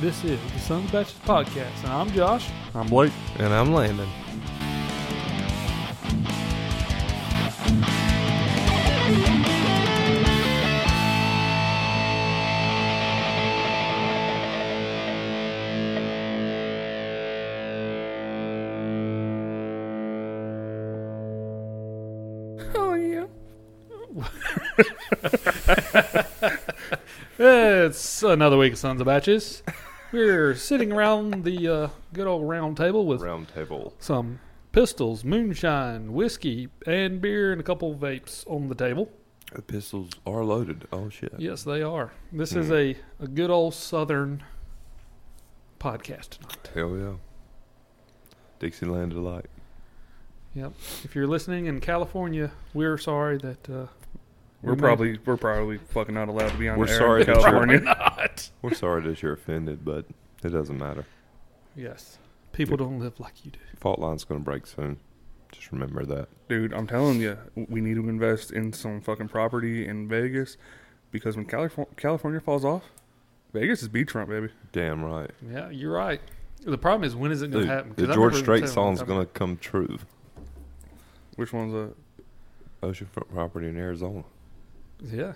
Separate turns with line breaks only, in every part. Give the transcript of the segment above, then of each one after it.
This is the Sons Baptist Podcast, and I'm Josh.
I'm Blake.
And I'm Landon.
Oh yeah. it's another week of Sons of Batches. We're sitting around the uh, good old round table with
Round table.
some pistols, moonshine, whiskey, and beer, and a couple vapes on the table.
The pistols are loaded. Oh shit.
Yes, they are. This is a,
Mm-hmm.
a good old Southern podcast tonight.
Hell yeah. Dixieland delight.
If you're listening in California, we're sorry that uh,
We're
may-
probably we're probably fucking not allowed to be on
We're
air
sorry
in
that you're-
California.
We're sorry that you're offended, but it doesn't matter.
yes, people don't live like you do.
Fault line's gonna break soon. Just remember that.
Dude, I'm telling you, we need to invest in some fucking property in Vegas because when California California falls off, Vegas is beat Trump, baby.
Damn right.
Yeah, you're right. The problem is when is it going
Dude,
to happen? 'Cause
the
I
George
remember
Strait
telling you
song's
something.
gonna come true.
Which one's a
Oceanfront property in Arizona.
Yeah,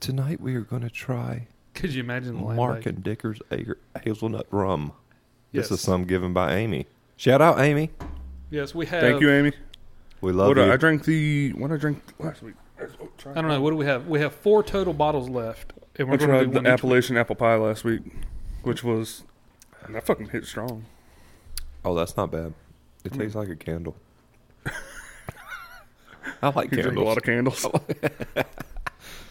Tonight we are gonna try
could you imagine Land
Mark
Bank?
and Dicker's Ager- hazelnut rum.
Yes.
This is some given by Amy. Shout out Amy.
Yes, we have.
Thank you, Amy.
We love
What uh,
you.
I drank the what I drank last week.
I don't know. What do we have? We have four total bottles left, and
I
we're going to
tried
do one
the
each week.
Appalachian apple pie last week, which was and that fucking hit strong.
Oh, that's not bad. It
Mm.
tastes like a candle. I like
You drink a
candles.
lot of candles.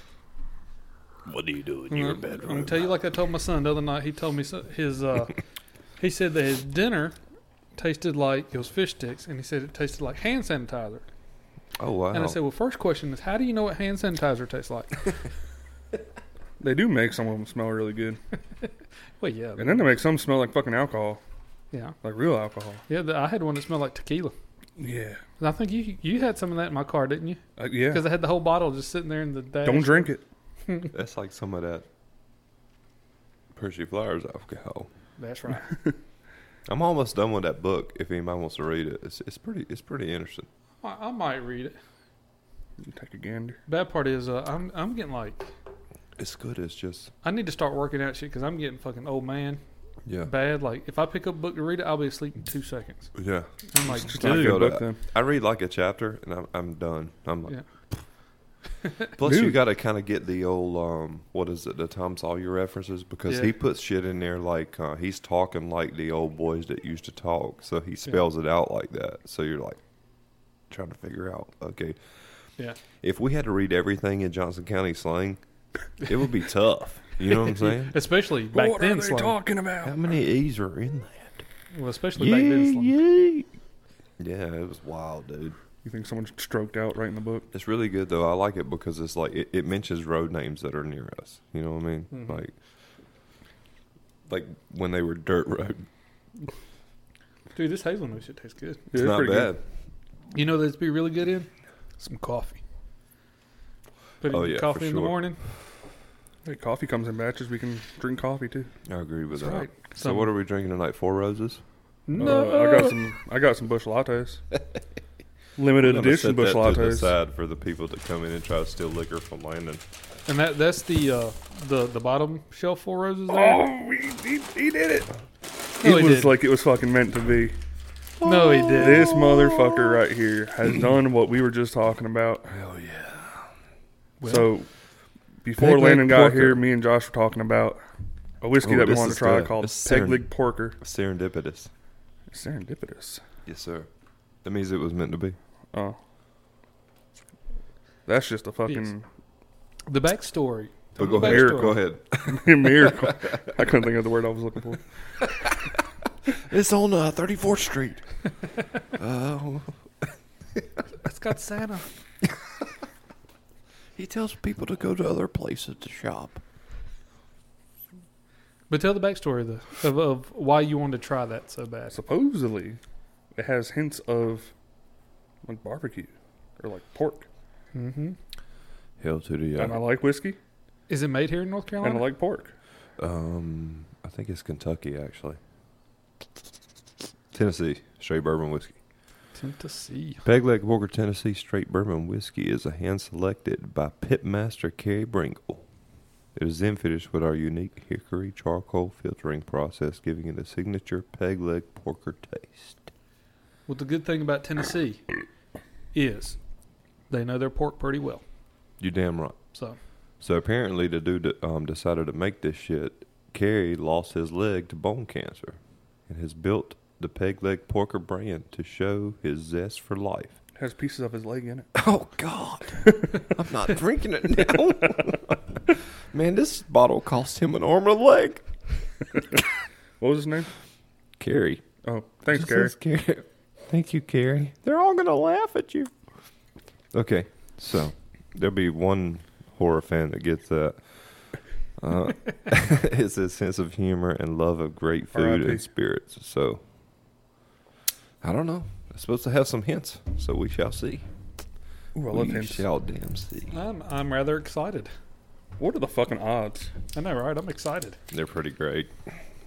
what do you do in
I'm gonna- I'm gonna tell you like I told my son the other night. He told me so- his. Uh, he said that his dinner tasted like it was fish sticks, and he said it tasted like hand sanitizer.
Oh wow!
And I said, well, first question is, how do you know what hand sanitizer tastes like?
They do make some of them smell really good,
well, yeah,
and then they make some smell like fucking alcohol,
yeah,
like real alcohol.
yeah. The, I had one that smelled like tequila.
Yeah,
And I think you you had some of that in my car, didn't you?
Uh, yeah.
Because I had the whole bottle just sitting there in the dash.
Don't drink it.
that's like some of that Percy Flowers alcohol.
That's right.
I'm almost done with that book. If anybody wants to read it, it's, it's pretty. It's pretty interesting.
I, I might read it.
You take a gander.
Bad part is uh, I'm I'm getting like
It's good. It's just
I need to start working out shit because I'm getting fucking old man
yeah,
bad. Like if I pick up a book to read it, I'll be asleep in two seconds.
yeah.
I'm like,
Just
I
take a
feel
book
that.
then.
I read like a chapter and I'm I'm done. I'm like. Plus, you
Dude.
got to kind of get the old um, what is it, the Tom Sawyer references because
Yeah.
he puts shit in there like uh, he's talking like the old boys that used to talk, so he spells it out like that. So you're like trying to figure out, okay,
yeah,
if we had to read everything in Johnson County slang, it would be tough. You know what I'm saying?
especially back
what
then.
are they
slang.
talking
How
about?
many E's are in that?
well, especially back then. Slang.
yeah, it was wild, dude.
You think someone stroked out right in the book?
It's really good though. I like it because it's like it, it mentions road names that are near us. You know what I mean?
Mm-hmm.
Mhm.
Like, like when they were dirt road.
Dude, this hazelnut shit tastes good.
It's
Yeah,
not
pretty
bad.
good.
You know that'd be really good in some coffee. Put
Oh,
in
yeah, for
coffee in the
sure.
morning.
Hey, coffee comes in batches. We can drink coffee too.
I agree with
That's
that.
right.
So what are we drinking tonight? Four roses.
No,
Uh, I got some. I got some bush lattes. Limited
I'm gonna
edition
set
bush
that to the
lattes.
side for the people that come in and try to steal liquor from Landon.
and that that's the uh, the the bottom shelf four roses. There.
Oh, he, he, he did it.
No,
it
he
was
didn't.
like it was fucking meant to be.
no, he did.
This motherfucker right here has done what we were just talking about.
Hell yeah!
Well-
so before
Peg leg
Landon got
porker.
here, me and Josh were talking about a whiskey
Ooh,
that we
this
wanted to
is
try
good.
called
This is
Peg
serendip-
Leg Porker.
Serendipitous.
Serendipitous.
Yes, sir. That means it was meant to be.
Oh. That's just a fucking
The backstory.
But
Tell
go
me the
ahead.
backstory.
Go ahead.
miracle. I couldn't think of the word I was looking for.
It's on uh, 34th Street. uh,
It's got Santa.
he tells people to go to other places to shop.
But tell the backstory of, the, of, of why you wanted to try that so bad.
Supposedly, it has hints of like barbecue or like pork.
Mm-hmm.
Hell to the uh,
And I like whiskey.
Is it made here in North
And I
Carolina?
like pork.
Um, I think it's Kentucky actually. Tennessee straight bourbon whiskey.
Tennessee.
Peg Leg Walker Tennessee straight bourbon whiskey is a hand selected by pitmaster Kerry Bringle. It is then finished with our unique hickory charcoal filtering process, giving it a signature peg leg porker taste.
Well, the good thing about Tennessee is they know their pork pretty well.
You damn right.
So
So apparently, the dude that um, decided to make this shit, Kerry lost his leg to bone cancer, and has built the peg leg porker brand to show his zest for life.
has pieces of his leg in it.
Oh God, I'm not drinking it now. Man, this bottle cost him an arm and a leg.
What was his name?
Carrie,
Oh, thanks, Gary.
Thank you, Carrie. They're all gonna laugh at you. Okay, so there'll be one horror fan that gets that. Uh, it's a sense of humor and love of great food
R.I.P..
and spirits. So I don't know. It's supposed to have some hints, so we shall see.
Ooh, I love
we
him.
shall damn see.
I'm I'm rather excited.
What are the fucking odds?
I know, right? I'm excited.
They're pretty great.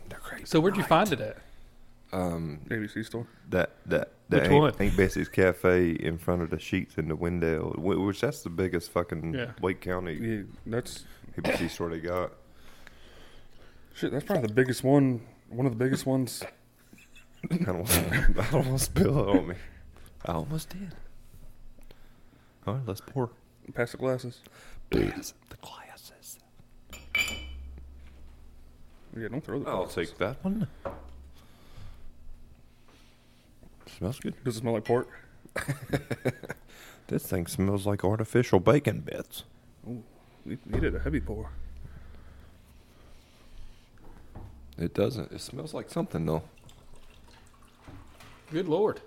They're great.
So where'd you find it at?
Um,
ABC store.
that that that
Which one?
ain't, ain't Betsy's Cafe in front of the sheets in the window, wh- which that's the biggest fucking
Yeah.
Wake County
Yeah, that's
ABC store they got.
shit. That's probably the biggest one. One of the biggest ones.
I don't want I don't want to spill it on me. I almost did. All right, let's pour.
Pass the glasses.
Pass the glasses.
Yeah, don't throw the.
I'll
glasses.
take that one. Smells good.
Does it smell like pork?
This thing smells like artificial bacon bits.
We, we did a heavy pour.
It doesn't. It smells like something though.
Good lord.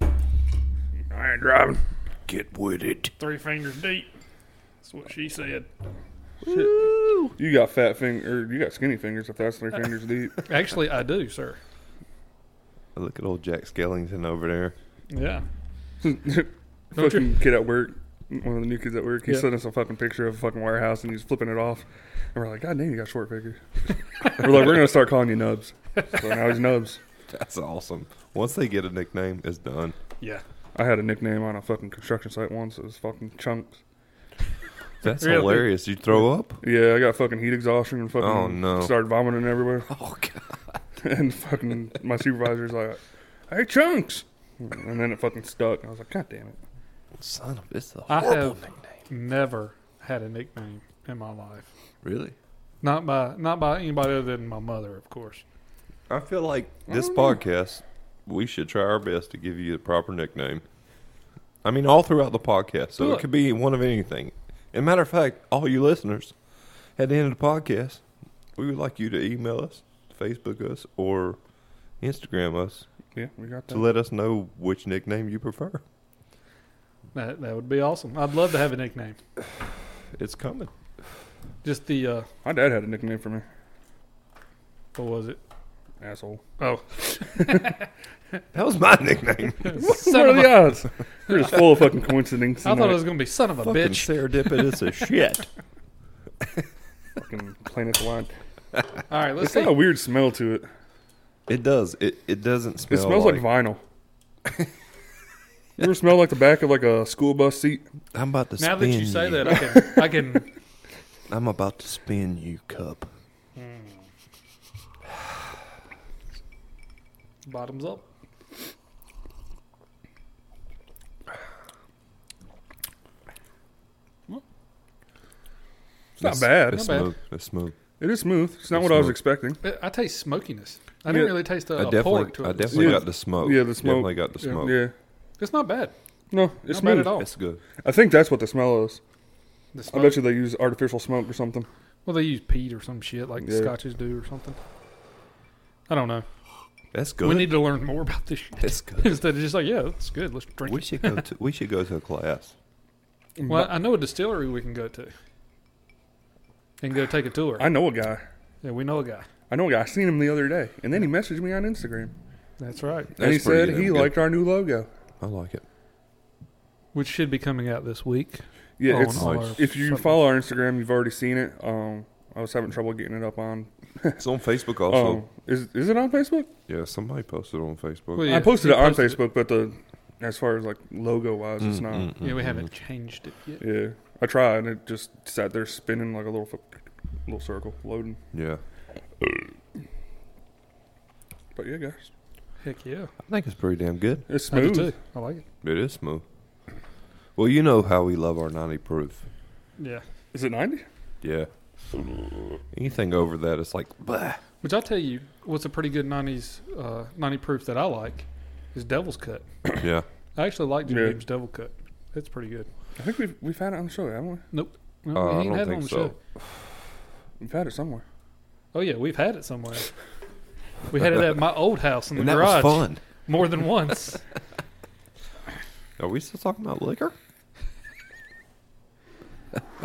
I ain't driving.
Get with it.
Three fingers deep. That's what she said.
Shit. You got fat finger. You got skinny fingers. If that's three fingers deep.
Actually, I do, sir.
Look at old Jack Skellington over there.
Yeah. Don't
fucking kid at work. One of the new kids at work. He
Yeah.
sent us a fucking picture of a fucking warehouse, and he's flipping it off. And we're like, God damn, you got short fingers. we're like, we're gonna start calling you Nubs. So now he's Nubs.
That's awesome. Once they get a nickname, it's done.
Yeah.
I had a nickname on a fucking construction site once. It was fucking chunks.
That's
Really?
hilarious. You throw up?
Yeah, I got fucking heat exhaustion and fucking
Oh, no.
started vomiting everywhere.
Oh god.
and fucking my supervisor's like, "Hey, chunks," and then it fucking stuck. And I was like, "God damn it!"
Son of it's a
I
horrible
have-
nickname.
Never had a nickname in my life.
Really?
Not by not by anybody other than my mother, of course.
I feel like this
Mm.
podcast, we should try our best to give you the proper nickname. I mean, all throughout the podcast, so
Do
it
it.
could be one of anything. As a matter of fact, all you listeners, at the end of the podcast, we would like you to email us, Facebook us, or Instagram us
Yeah, we got
to
that.
let us know which nickname you prefer.
That that would be awesome. I'd love to have a nickname.
It's coming.
Just the uh
my dad had a nickname for me,
what was it?
asshole.
Oh,
That was my nickname.
son of
what are
a-
the odds? We're just full of fucking coincidences.
I
and
thought it
like
was gonna be son of a
Fucking
bitch.
serendipitous as shit.
fucking planet line.
All right, let's
It's
see.
got a weird smell to it.
It does. It it doesn't
It
smell.
smells like, vinyl. you ever smell like the back of like a school bus seat?
I'm about to
Now that you say that, I can I can
I'm about to spin you, cup.
bottoms up.
It's not bad.
It's
Not bad.
smooth. It's smooth.
It is smooth. It's
It's
not what I was
smooth.
expecting.
I- I taste smokiness. I didn't
Yeah.
really taste
I
a, a
definitely,
pork to it.
I definitely
Yeah.
got the smoke.
Yeah, the smoke.
Definitely got the
Yeah,
smoke.
Yeah.
It's not bad.
No, it's
Not bad
smooth.
at all.
It's good.
I think that's what the smell is.
The
I
smoke-
bet you they use artificial smoke or something.
Well, they use peat or some shit like the
Yeah.
Scotches do or something. I don't know.
That's good.
We need to learn more about this shit.
That's good.
Instead of just like, yeah, that's good. Let's drink.
we should go to. We should go to a class.
it. Well, I know a distillery we can go to and go take a tour.
I know a guy.
yeah, we know a guy.
I know a guy. I seen him the other day, and then he messaged me on Instagram,
That's right.
and he
That's pretty
said
damn
he
good.
liked our new logo.
I like it.
Which should be coming out this week.
Yeah,
Oh,
on
it's
all
nice.
our
if you
fucking-
follow our Instagram, you've already seen it. Um, I was having trouble getting it up on.
It's on Facebook also.
um, is is it on Facebook?
yeah, somebody posted on Facebook.
Well, yeah,
I posted
you
it on
posted it.
Facebook, but the as far as like logo wise, it's
Mm,
not.
mm,
Yeah, we
mm,
haven't
mm.
changed it yet.
Yeah, I tried, and it just sat there spinning like a little fuck- little circle, loading.
Yeah,
But yeah, guys,
Heck yeah.
I think it's pretty damn good.
it's
I do
smooth.
too. I like it.
It is smooth. Well, you know how we love our 90 proof.
Yeah.
Is it ninety?
Yeah. Anything over that, it's like, bah.
Which I'll tell you, what's a pretty good 90s, uh, 90 proof that I like is Devil's Cut.
yeah.
I actually like Jim
Yeah.
Beam's Devil Cut. It's pretty good.
I think we've we've had it on the show, haven't we?
No,
Uh,
we
I
ain't
don't
had it on
think
the
so.
show.
We've had it somewhere.
Oh, yeah, we've had it somewhere. we had it at my old house in the
And that
garage
was fun.
more than once.
Are we still talking about liquor?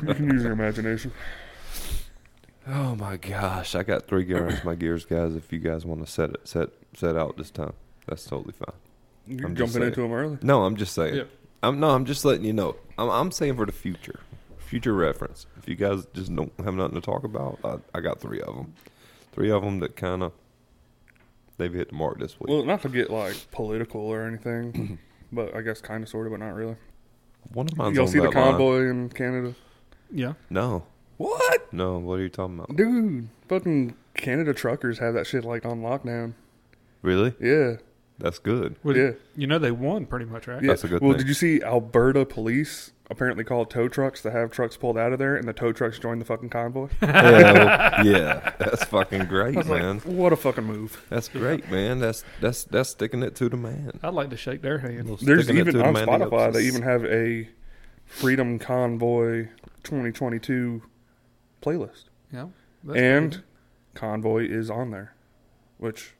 You can use your imagination.
Oh my gosh, I got three gallons of my gears, guys. If you guys want to set it, set set out this time, that's totally fine.
You're
I'm just
jumping into
saying.
them early.
No, I'm just saying.
Yeah.
I'm no, I'm just letting you know. I'm, I'm saying for the future, future reference. If you guys just don't have nothing to talk about, I, I got three of them, three of them that kind of they've hit the mark this week.
Well, not to get like political or anything, but I guess kind of, sort of, but not really.
One of Mm-hmm. mine's
Y'all
on
see the
that line.
convoy in Canada?
Yeah.
No,
What?
no. What are you talking about?
Dude, fucking Canada truckers have that shit like on lockdown.
Really?
Yeah.
That's good.
Well,
yeah.
You know they won pretty much, right?
yeah.
That's a good
well,
thing.
did you see Alberta police apparently called tow trucks to have trucks pulled out of there and the tow trucks joined the fucking convoy?
Hell, yeah, that's fucking great,
I was
man.
like, what a fucking move.
That's great, man. That's that's that's sticking it to the man.
I'd like to shake their hand.
There's
Sticking it
even
to the
on
man
Spotify,
helps
they
us.
even have a Freedom Convoy 2022 playlist.
Yeah. that's
And Convoy is on there, which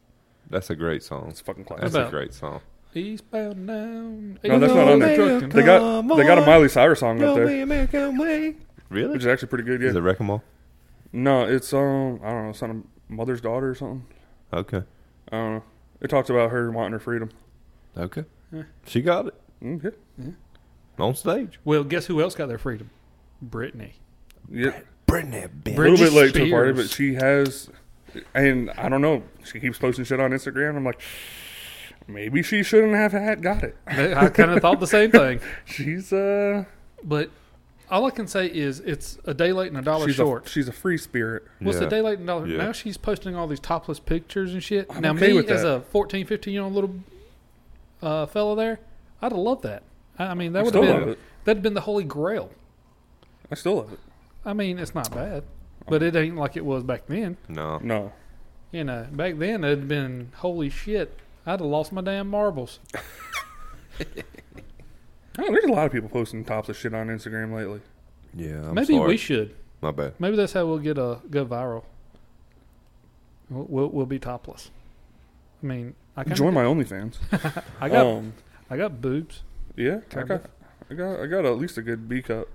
That's a great song.
is fucking classic.
That's
about-
a great song.
pretty good. Eastbound down.
No, that's not on there.
Trucking.
They got they got a Miley Cyrus song up there,
American way. Really?
which is actually pretty good.
Is it
Yeah.
Wrecking Ball?
No, it's um I don't know, son of mother's daughter or something.
Okay.
I don't know. It talks about her wanting her freedom. Mm,
Okay.
Yeah.
She got it
Okay.
on stage.
Well, guess who else got their freedom? Britney.
Yeah.
Brittany bitch.
A little
Britney
bit late to the party,
Spears.
but she has, and I don't know. She keeps posting shit on Instagram. I'm like, maybe she shouldn't have had got it.
They- I kind of thought the same thing.
She's uh,
But all I can say is it's a day late and a dollar
she's
short.
A, she's a free spirit.
What's the day late and dollar?
Yeah.
Now she's posting all these topless pictures and shit.
I'm
now,
okay
me
with
as
that.
a 14, 15 year old little uh, fellow there, I'd have loved that. I, I mean, that
I
would
still
have
love
been
it.
that'd been the holy grail.
I still love it.
I mean, it's not bad, but it ain't like it was back then.
No.
No,
You know, back then it'd been holy shit. I'd have lost my damn marbles.
Oh, there's a lot of people posting topless shit on Instagram lately.
Yeah. I'm
Maybe
sorry.
we should.
My bad.
Maybe that's how we'll get a go viral. We'll, we'll, we'll be topless. I mean, I kinda
Join my OnlyFans.
I got
um,
I got boobs.
yeah. I
Kind
got, I got, I got at least a good B cup.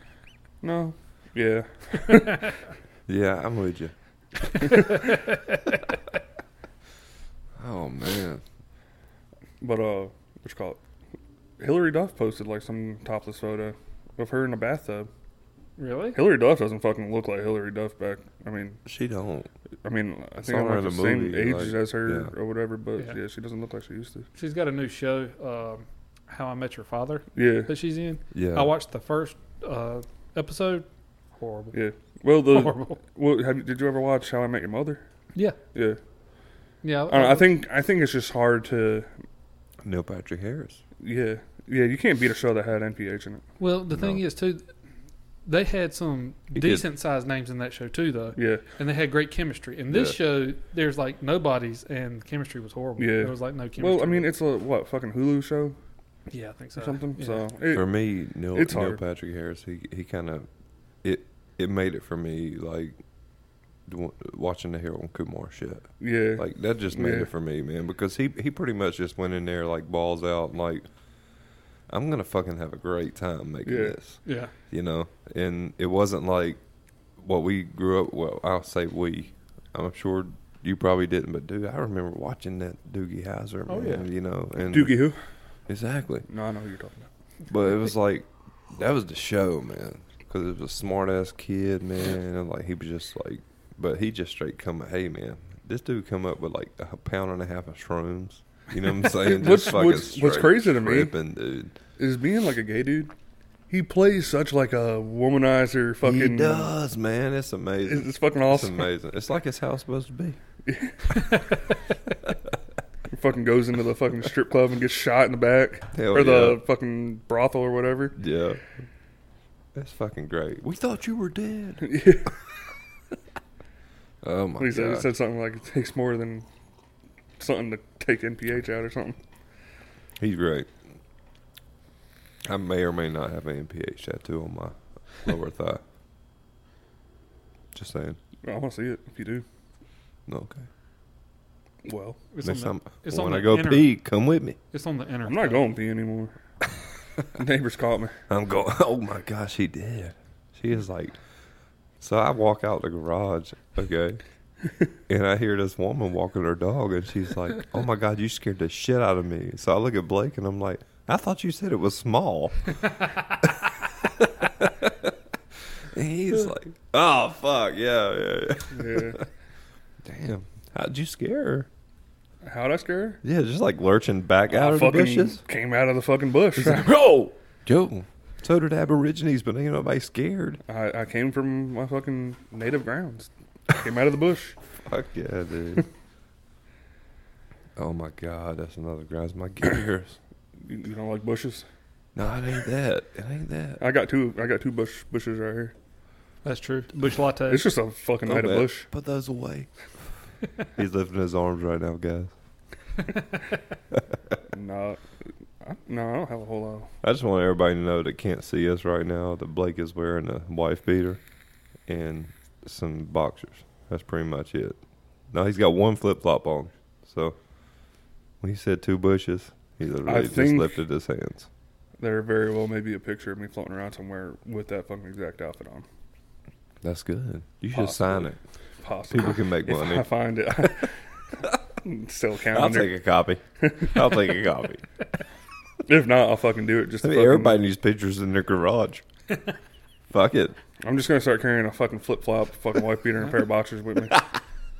no, yeah.
Yeah, I'm with you. oh man.
But uh, what you call it? Hillary Duff posted like some topless photo of her in a bathtub.
Really?
Hillary Duff doesn't fucking look like Hillary Duff back. I mean,
She don't.
I mean, I
Saw
think
her
I'm like
in
the
a
same
movie,
age
like,
as her
yeah.
or whatever. But
Yeah.
yeah. she doesn't look like she used to.
She's got a new show, um, How I Met Your Father,
Yeah,
that she's in.
Yeah.
I watched the first uh, episode. Horrible.
yeah. Well, the
Horrible.
well, have you, did you ever watch How I Met Your Mother?
Yeah.
Yeah,
Yeah.
I, don't know, I think I think it's just hard to.
Neil Patrick Harris.
Yeah, yeah. You can't beat a show that had NPH in it.
Well, the thing
No.
is, too, they had some
did.
decent sized names in that show, too, though.
Yeah,
And they had great chemistry. In this show, there's like nobodies, and the chemistry was horrible.
Yeah.
There was like no chemistry.
well, I mean, it's a what fucking Hulu show
yeah, I think so.
or something.
Yeah.
So it,
for me, Neil,
it's
Neil
hard.
Patrick Harris, he he kind of it it made it for me like w- watching the Harold Kumar shit.
yeah,
Like that just made
Yeah.
it for me, man, because he he pretty much just went in there like balls out and like I'm going to fucking have a great time making
Yeah.
this,
yeah.
you know. And it wasn't like what we grew up well, I'll say we. I'm sure you probably didn't, but dude, I remember watching that Doogie Howser, man,
Oh, yeah.
you know. And
Doogie who?
Exactly.
No, I know who you're talking about.
But it was like That was the show, man. Because it was a smart ass kid, man. And like he was just like, but he just straight come. Hey, man, this dude come up with like a pound and a half of shrooms. You know what I'm saying?
What's-
fucking
what's- what's
straight
crazy to me-
tripping, dude.
Is being like a gay dude, he plays such like a womanizer fucking.
he does, man. It's amazing.
It's, it's fucking
It's
awesome.
amazing. It's like it's how it's supposed to be.
He fucking goes into the fucking strip club and gets shot in the back.
Hell
or the fucking brothel or whatever.
yeah. yeah. That's fucking great. We thought you were dead.
Yeah.
Oh my
he, said, he
god.
said something like it takes more than something to take NPH out or something.
He's great. I may or may not have an MPH tattoo on my lower thigh. Just saying.
I want to see it if you do.
Okay.
Well,
It's
Next
on
time
it's
when
on
I
the
go
inner-
pee, come with me.
the, it's on the inner.
I'm not going pee anymore. The neighbors caught me.
I'm going. Oh my gosh, she did. She is like. So I walk out the garage, okay, and I hear this woman walking her dog, and she's like, "Oh my god, you scared the shit out of me." So I look at Blake, and I'm like, "I thought you said it was small." and he's like, "Oh fuck, yeah, yeah, yeah."
Yeah.
Damn, how'd you scare her?
How'd I scare her?
Yeah, just like lurching back out of
I
the
fucking
bushes.
came out of the fucking bush.
Yo, yo. So did Aborigines, but ain't nobody scared.
I, I came from my fucking native grounds. Came out of the bush.
Fuck yeah, dude. oh my god, that's another grinds my gears.
You, you don't like bushes?
No, it ain't that. It ain't that.
I got two. I got two bush bushes right here.
That's true. Bush latte.
It's just a fucking
Oh,
native
man.
bush.
Put those away. He's lifting his arms right now, guys.
No, I, no, I don't have a whole lot.
I just want everybody to know that can't see us right now that Blake is wearing a wife beater and some boxers. That's pretty much it. No, he's got one flip flop on. So when he said two bushes, he literally just
think-
lifted his hands.
There very well may be a picture of me floating around somewhere with that fucking exact outfit on.
That's good. You should sign
Possibly.
it.
Possibly.
People can make
if
money.
I find it, still
I'll
calendar.
take a copy. I'll take a copy.
If not, I'll fucking do it. Just
I
to
mean,
fucking-
everybody needs pictures in their garage. Fuck it.
I'm just gonna start carrying a fucking flip flop, fucking wife beater, and a pair of boxers with me,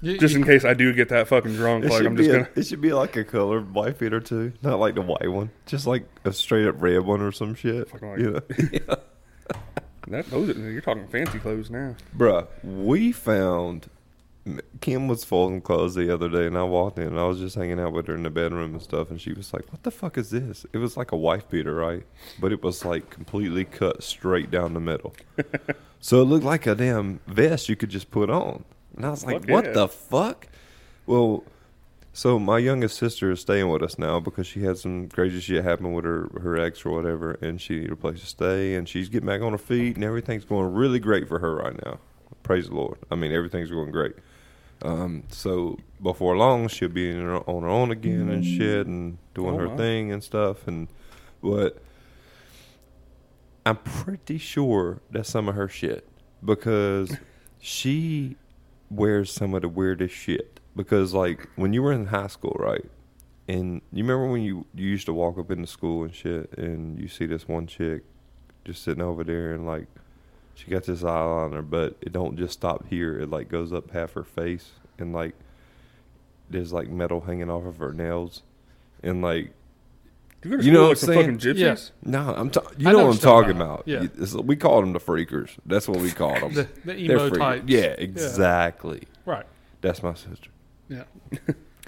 You-
just
you-
in case I do get that fucking drunk.
It
like
should,
I'm
be
just
a-
gonna.
it should be like a colored white beater too, not like the white one, just like a straight up red one or some shit.
Fucking like-
you know,
That those are, you're talking fancy clothes now.
bruh. We found Kim was folding clothes the other day, and I walked in, and I was just hanging out with her in the bedroom and stuff, and she was like, "What the fuck is this?" It was like a wife beater, right? But it was like completely cut straight down the middle, so it looked like a damn vest you could just put on. And I was like,
Fuck
"What
yeah."
the fuck?" Well, so my youngest sister is staying with us now because she had some crazy shit happen with her her ex or whatever, and she needed a place to stay, and she's getting back on her feet, and everything's going really great for her right now. Praise the Lord. I mean, everything's going great. Um, so before long, she'll be in her, on her own again and shit, and doing
Oh,
her
wow.
thing and stuff. And but I'm pretty sure that's some of her shit because she wears some of the weirdest shit. Because like when you were in high school, right? And you remember when you, you used to walk up into school and shit, and you see this one chick just sitting over there, and like she got this eyeliner, but it don't just stop here. It like goes up half her face, and like there's like metal hanging off of her nails, and like
You, go
You
to school
know
like
what I'm
some fucking
saying?
gypsies.
Yeah.
no, I'm ta- you
I know
know, what I'm
what you're
talking
talking
about.
about. Yeah.
You- it's- we called them the freakers. That's what we called them.
the, the emo types.
Yeah, exactly.
Right.
That's my sister.
Yeah.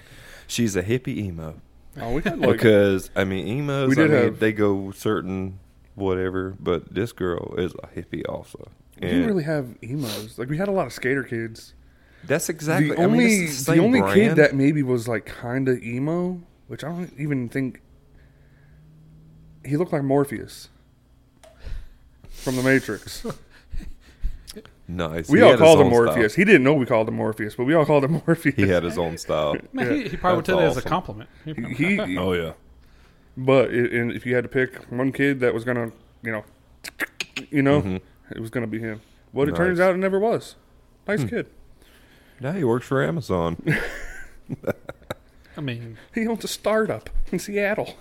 She's a hippie emo
Oh, we had like
because I mean emos.
We did
I mean,
have-
they go certain whatever, but this girl is a hippie also.
we
And
didn't really have emos. Like we had a lot of skater kids.
that's exactly
The
I mean,
only
it's
the,
same
only kid
brand.
that maybe was like kind of emo, which I don't even think he looked like Morpheus from the Matrix.
nice.
we
He
all
had his
called him
own style.
Morpheus. He didn't know we called him Morpheus, but we all called him Morpheus.
He had his own style.
Man,
Yeah.
he, he probably would
That's
take that as a
awesome.
compliment. He probably-
He-
yeah.
but it, and if you had to pick one kid that was gonna, you know, you know,
Mhm.
it was gonna be him. But it
Nice. Hmm.
turns out it never was. Nice kid.
Now he works for Amazon.
I mean,
He owns a startup in Seattle.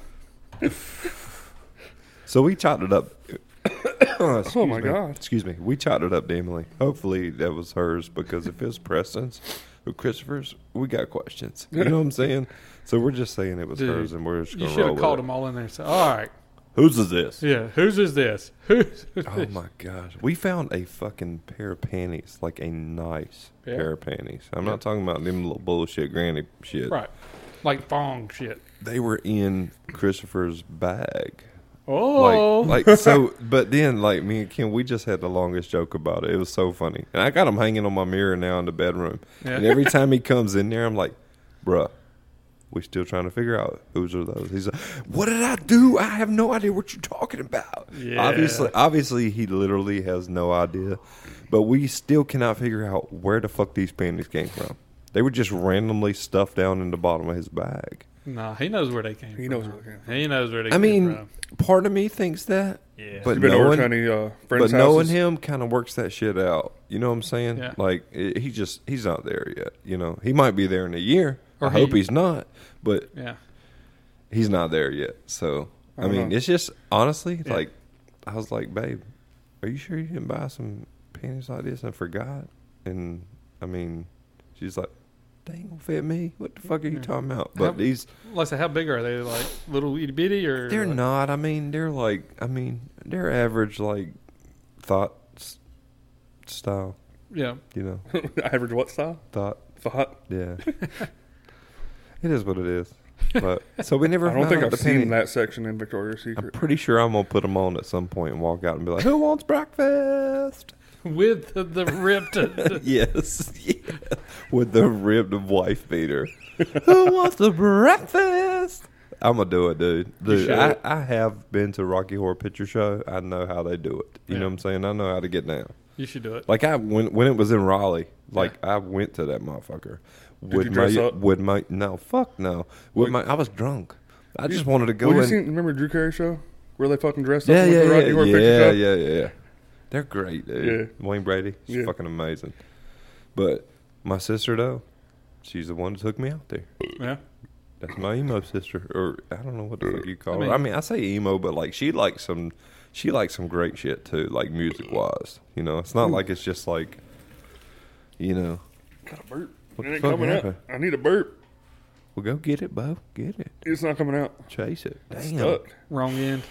So we chopped it up. Oh, excuse
my
me.
God.
Excuse me. We chopped it up, Damily. Hopefully that was hers because if it's Preston's or Christopher's, we got questions. You know what I'm saying? So we're just saying it was
Dude,
hers, and we're just
You
gonna
should
roll
have
with
called
it.
them all in there and said, all right,
Whose is this?
yeah, whose is this? Who's is
Oh
this?
my gosh. We found a fucking pair of panties, like a nice
Yeah.
pair of panties. I'm
Yeah.
not talking about them little bullshit granny shit.
Right. Like thong shit.
They were in Christopher's bag.
Oh.
Like, like so, but then like me and Kim, we just had the longest joke about it. It was so funny, and I got him hanging on my mirror now in the bedroom.
Yeah.
And every time he comes in there, I'm like, "Bruh, we still trying to figure out whose are those." He's like, "What did I do? I have no idea what you're talking about."
Yeah.
Obviously, obviously, he literally has no idea. But we still cannot figure out where the fuck these panties came from. They were just randomly stuffed down in the bottom of his bag.
nah, he knows where they came from.
He knows where they came
from. He knows where they
I
came
mean,
from.
part of me thinks that,
Yeah.
but
You've been over
knowing-
to any uh,
but
friends'
knowing
houses?
him kind of works that shit out. You know what I'm saying?
Yeah.
Like it, he just he's not there yet. You know he might be there in a year.
Or
I hope
he-
he's not, but
yeah.
he's not there yet. So I,
I don't
mean,
know.
it's just honestly
Yeah.
like I was like, babe, are you sure you didn't buy some panties like this and forgot? And I mean, she's like, they ain't gonna fit me. What the fuck are you
Yeah.
talking about?
How-
But these
Let's say, how big are they? Like little itty bitty or?
They're
like-
not. I mean, they're like. I mean, they're average like thought s- style.
Yeah.
You know,
Average what style?
thought.
Thought.
Yeah. it is what it is. But so we never.
I don't think
found
I've
the
seen
penny.
that section in Victoria's
I'm
Secret.
pretty sure I'm gonna put them on at some point and walk out and be like, "Who wants breakfast?"
With the, the ripped.
yes, yeah. with the ribbed wife beater. Who wants the breakfast? I'm gonna do it, dude. Dude,
should.
I, I have been to Rocky Horror Picture Show. I know how they do it. You
Yeah.
know what I'm saying? I know how to get down.
you should do it.
Like I when when it was in Raleigh, like I went to that motherfucker.
you
With
dress
my
up?
with my no fuck no with
Wait.
my I was drunk. I just wanted to go
Well, you
in.
seen, remember Drew Carey show where they fucking dressed
yeah,
up
yeah,
with the
yeah,
Rocky Horror
yeah,
Picture
yeah,
Show?
yeah, yeah. They're great, dude. Wayne Brady, he's
Yeah.
fucking amazing. But my sister though, she's the one that took me out there.
Yeah.
That's my emo sister, or I don't know what the fuck you call
I mean-
her. I mean, I say emo, but like she likes some, she likes some great shit too, like music wise. You know, it's not like it's just like, you know,
Got a burp.
What
it
the
ain't
fuck
coming
happened?
out. I need a burp.
well, go get it, Bo, get it,
It's not coming out.
chase it.
It's
Damn,
Stuck.
Wrong end.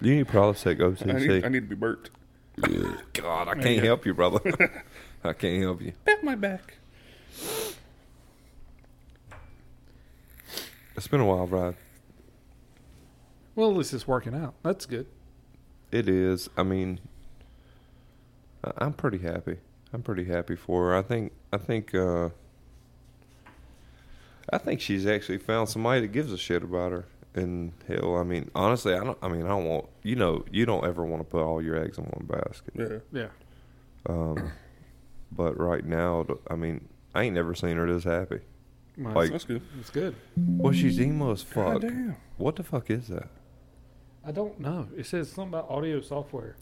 you need Prilosec
I need, I
OCC.
need to be burped.
God, I
you
can't
go.
help you, brother. I can't help you.
Back my back.
It's been a wild ride.
Well, at least it's working out. That's good.
It is. I mean, I- I'm pretty happy. I'm pretty happy for her. I think. I think. uh I think she's actually found somebody that gives a shit about her. And hell, I mean, honestly, I don't. I mean, I don't want. You know, you don't ever want to put all your eggs in one basket.
Yeah.
Yeah.
Um, but right now, th- I mean, I ain't never seen her this happy.
Well,
Like-
That's good.
it's good.
Well, she's emo as fuck.
God damn.
What the fuck is that?
I don't know. It says something about audio software.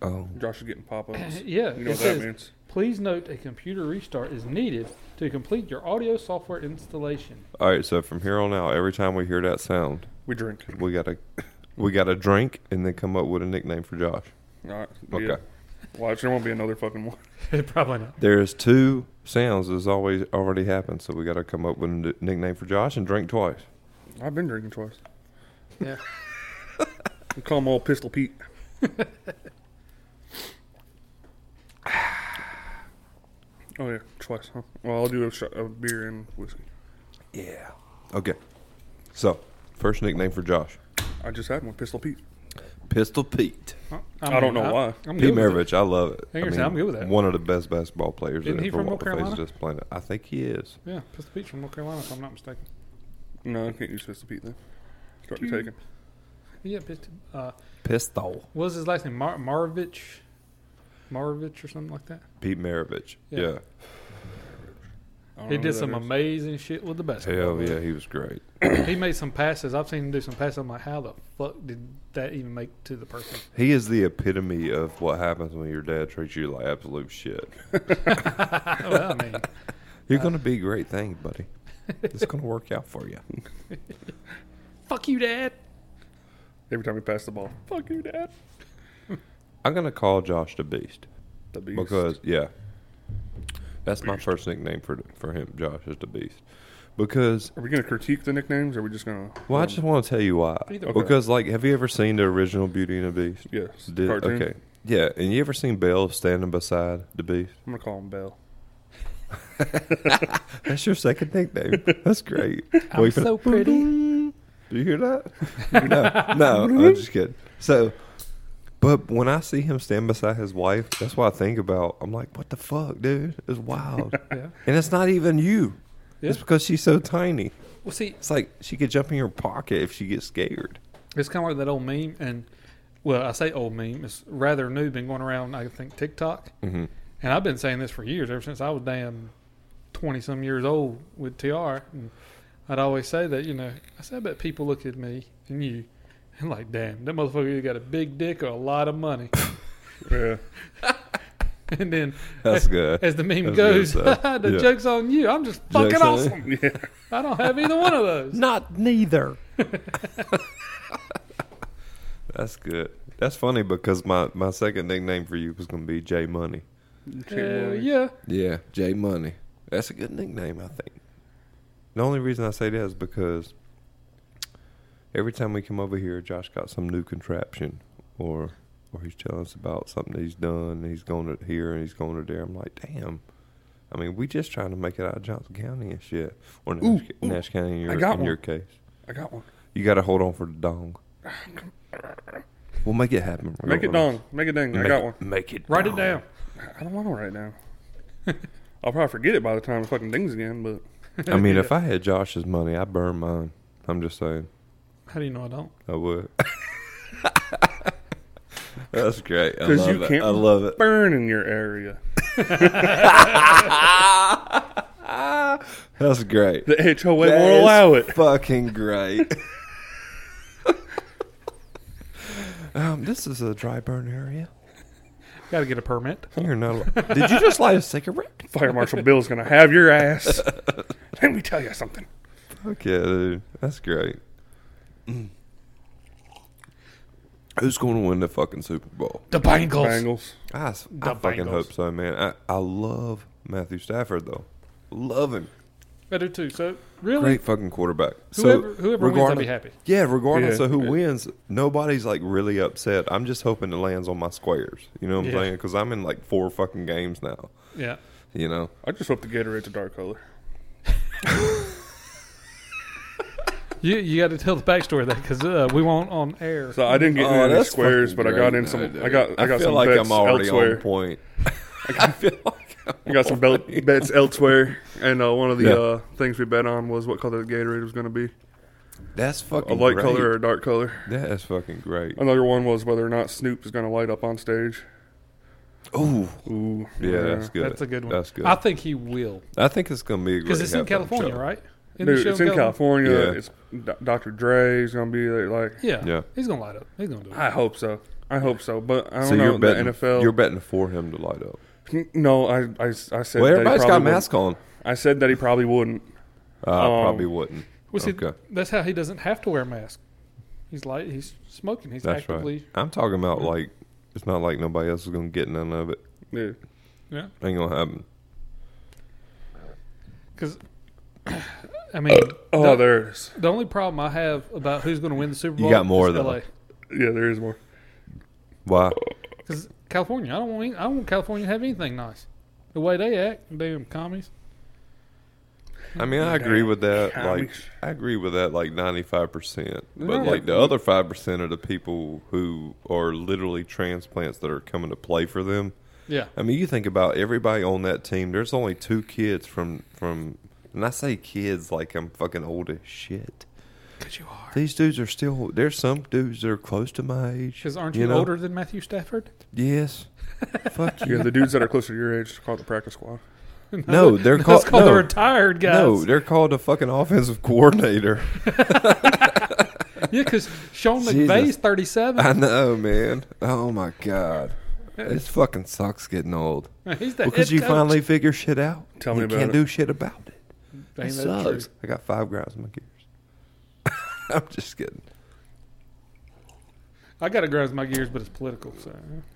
Oh,
Josh is getting pop ups.
yeah.
You know
it
what that
says,
means?
Please note a computer restart is needed to complete your audio software installation.
all right. So from here on out, every time we hear that sound,
We drink.
We gotta we gotta drink and then come up with a nickname for Josh.
All right.
Okay.
Yeah. Watch. There won't be another fucking one.
Probably not.
There's two sounds that's always already happened, so we gotta come up with a n- nickname for Josh and drink twice.
I've been drinking twice.
Yeah.
We call him old Pistol Pete. oh yeah, twice. Huh? Well, I'll do a, shot, a beer and whiskey.
Yeah. Okay. So first nickname for Josh.
I just had one, Pistol Pete.
Pistol Pete.
I'm,
I don't know why.
I'm good
Pete
with it.
Maravich, I love it.
I think you're- I'm good with that.
One of the best basketball players
Isn't
in
he
ever
from
walked
North
the face of
Carolina?
this planet. I think he is.
Yeah, Pistol Pete's from North Carolina, if I'm not mistaken.
No, I can't use Pistol Pete though. Start to
Dude.
taking.
Yeah, Pistol. Uh,
Pistol.
what was his last name? Mar- Maravich? Maravich or something like that?
Pete Maravich.
Yeah.
Yeah.
I don't
He
know
did
who
some
that is.
amazing shit with the basketball.
Hell yeah, he was great.
He made some passes. I've seen him do some passes. I'm like, how the fuck did that even make to the person?
He is the epitome of what happens when your dad treats you like absolute shit.
well, I mean,
You're gonna be great things, buddy. It's gonna work out for you.
fuck you, Dad.
Every time he passed the ball, fuck you, Dad.
I'm gonna call Josh the Beast
The beast.
because yeah, that's my first nickname for for him. Josh is the Beast because
are we gonna critique the nicknames? Or are we just gonna?
well, I just want to tell you why.
Either way.
Because like, have you ever seen the original Beauty and the Beast?
yes.
Did-
cartoon.
okay, yeah, and you ever seen Belle standing beside the Beast?
I'm gonna call him Bell.
That's your second nickname. That's great.
I'm
Wait for
so pretty.
Do you hear that? no, no, I'm just kidding. So, but when I see him stand beside his wife, that's what I think about. I'm like, what the fuck, dude? It's wild,
Yeah.
and it's not even you. It's
Yeah.
because she's so tiny.
Well, see,
It's like she could jump in your pocket if she gets scared.
It's kind of like that old meme, and well, I say old meme. It's rather new, been going around. I think TikTok,
Mm-hmm.
and I've been saying this for years, ever since I was damn twenty some years old with TR. And I'd always say that, you know, I said, I bet people look at me and you, and like, damn, that motherfucker either got a big dick or a lot of money.
Yeah.
and then,
That's good.
as the meme
That's
goes,
good stuff.
the
uh, Yeah.
joke's on you. I'm just fucking
Joke's on you.
awesome. I don't have either one of those.
Not neither.
That's good. That's funny because my my second nickname for you was gonna be J Money.
Hell yeah.
Yeah, J Money. That's a good nickname, I think. The only reason I say that is because every time we come over here, Josh got some new contraption, or or he's telling us about something that he's done. And he's going to here and he's going to there. I'm like, damn. I mean, we just trying to make it out of Johnson County and shit, or Nash,
Ooh, ooh.
Nash County in, your,
I got
in
one.
your case.
I got one.
You got to hold on for the dong. We'll make it happen.
Make it dong. Make it ding. I
Make
got
it-
one.
Make it.
Write it
dong.
down.
I don't want one right now. I'll probably forget it by the time it fucking dings again. But
I mean, if I had Josh's money, I'd burn mine. I'm just saying.
How do you know I don't?
I would. That's great. I
'Cause
love
you
it.
can't-
I love it.
burn in your area.
That's great.
The HOA
That
won't
is
allow it.
Fucking great. um, this is a dry burn area.
Got to get a permit.
You're not. al- Did you just light a cigarette?
Fire Marshal Bill's gonna have your ass. Let me tell you something.
Fuck yeah, dude. That's great. Mm. Who's going to win the fucking Super Bowl?
The Bengals.
Bangles.
I, s- I fucking
Bengals.
hope so, man. I, I love Matthew Stafford though. Love him.
I do too. So really,
Great fucking quarterback.
whoever
so
whoever wins, I'll be
regardless-
happy.
Yeah, regardless
Yeah.
of who wins, nobody's like really upset. I'm just hoping it lands on my squares. You know what I'm
Yeah.
saying? Because I'm in like four fucking games now.
Yeah.
You know,
I just hope the Gatorade's a dark color.
You you got to tell the backstory of that because uh, we won't on air.
So I didn't get
Oh,
in any
that's
squares,
fucking
but I got
great,
in some.
though,
I got.
dude.
I got
feel
some
like
bets
I'm already
elsewhere.
on point. I feel like I'm
I got some
on
belt,
point.
bets elsewhere, and uh, one of the
Yeah.
uh, things we bet on was what color the Gatorade was going to be
That's
a
fucking
light
great.
color or a dark color.
That is fucking
Oh,
great.
Another one was whether or not Snoop is going to light up on stage.
Ooh,
Ooh,
yeah, that's good.
That's a good one.
That's good.
I think he will
I think it's gonna be a great
because it's in
halftime
California,
show.
right?
Dude,
Isn't the show
it's in California.
Yeah.
It's D- Dr. Dre's going to be there. Like,
Yeah.
Yeah.
He's gonna light up. He's gonna do it.
I hope so. I hope so, but I don't
So
know
you're
the
betting
NFL.
You're betting for him to light up.
no, I, I, I said.
well,
that he
everybody's
probably
got a
wouldn't.
mask on.
I said that he probably wouldn't.
Uh, I
Um,
probably wouldn't.
Well, see,
okay.
that's how he doesn't have to wear a mask. He's light. He's smoking. He's
That's
actively.
right. I'm talking about like it's not like nobody else is gonna get none of it.
Yeah.
Yeah.
Ain't gonna happen.
Because I mean,
Oh,
the,
there it is.
the only problem I have about who's gonna win the Super
You
Bowl.
got more,
is
though.
LA.
Yeah, there is more.
Why?
Because California, I don't want. Any, I don't want California to have anything nice. The way they act, damn commies.
I mean, I agree with that. Like,
Commies.
I agree with that. Like ninety-five percent, but
Yeah.
like the other five percent are the people who are literally transplants that are coming to play for them.
Yeah.
I mean, you think about everybody on that team. There's only two kids from from, and I say kids like I'm fucking old as shit.
Because you are.
These dudes are still. There's some dudes that are close to my age.
Because aren't you,
know?
older than Matthew Stafford?
Yes. Fuck you.
Yeah, the dudes that are closer to your age call it the practice squad.
No, they're
That's
called.
called
no,
the retired guys.
no, they're called a fucking offensive coordinator.
yeah, because Sean
Jesus.
McVay's thirty-seven.
I know, man. Oh my god, this fucking sucks getting old
He's the
because
head
you
coach.
finally figure shit out.
Tell
you
me about
can't
it.
do shit about it.
Ain't
It
that the truth?
sucks. I got five grinds in my gears. I'm just kidding.
I got to grind my gears, but it's political. So,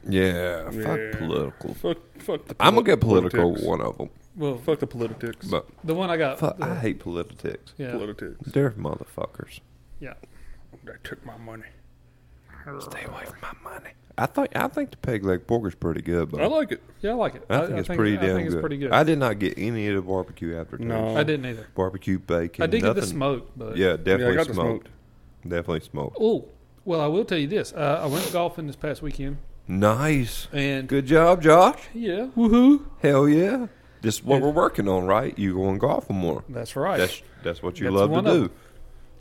Yeah, fuck
Yeah.
political.
Fuck, fuck the
I'm gonna
polit-
get political
politics.
one of them,
well,
Fuck the politics.
but
the one I got.
fuck,
the-
I hate politics.
yeah.
Politics.
They're motherfuckers.
Yeah.
They took my money.
Stay away from my money. I think I think the peg leg porker's pretty good, but
I like it.
Yeah, I like it.
I think it's pretty
I
damn
think
good.
it's pretty good.
I
I,
did not get any of the barbecue after
No.
didn't either.
barbecue bacon.
I did get
nothing.
the smoke, but
Yeah, definitely
yeah, I got
smoked.
the smoked.
Definitely smoked.
Oh, well, I will tell you this. Uh, I went golfing this past weekend,
Nice.
and
Good job, Josh.
yeah, woohoo!
Hell yeah. This is what
Yeah.
we're working on, right? You going golfing more.
That's right.
That's that's what you
That's
love
one
to
of
do.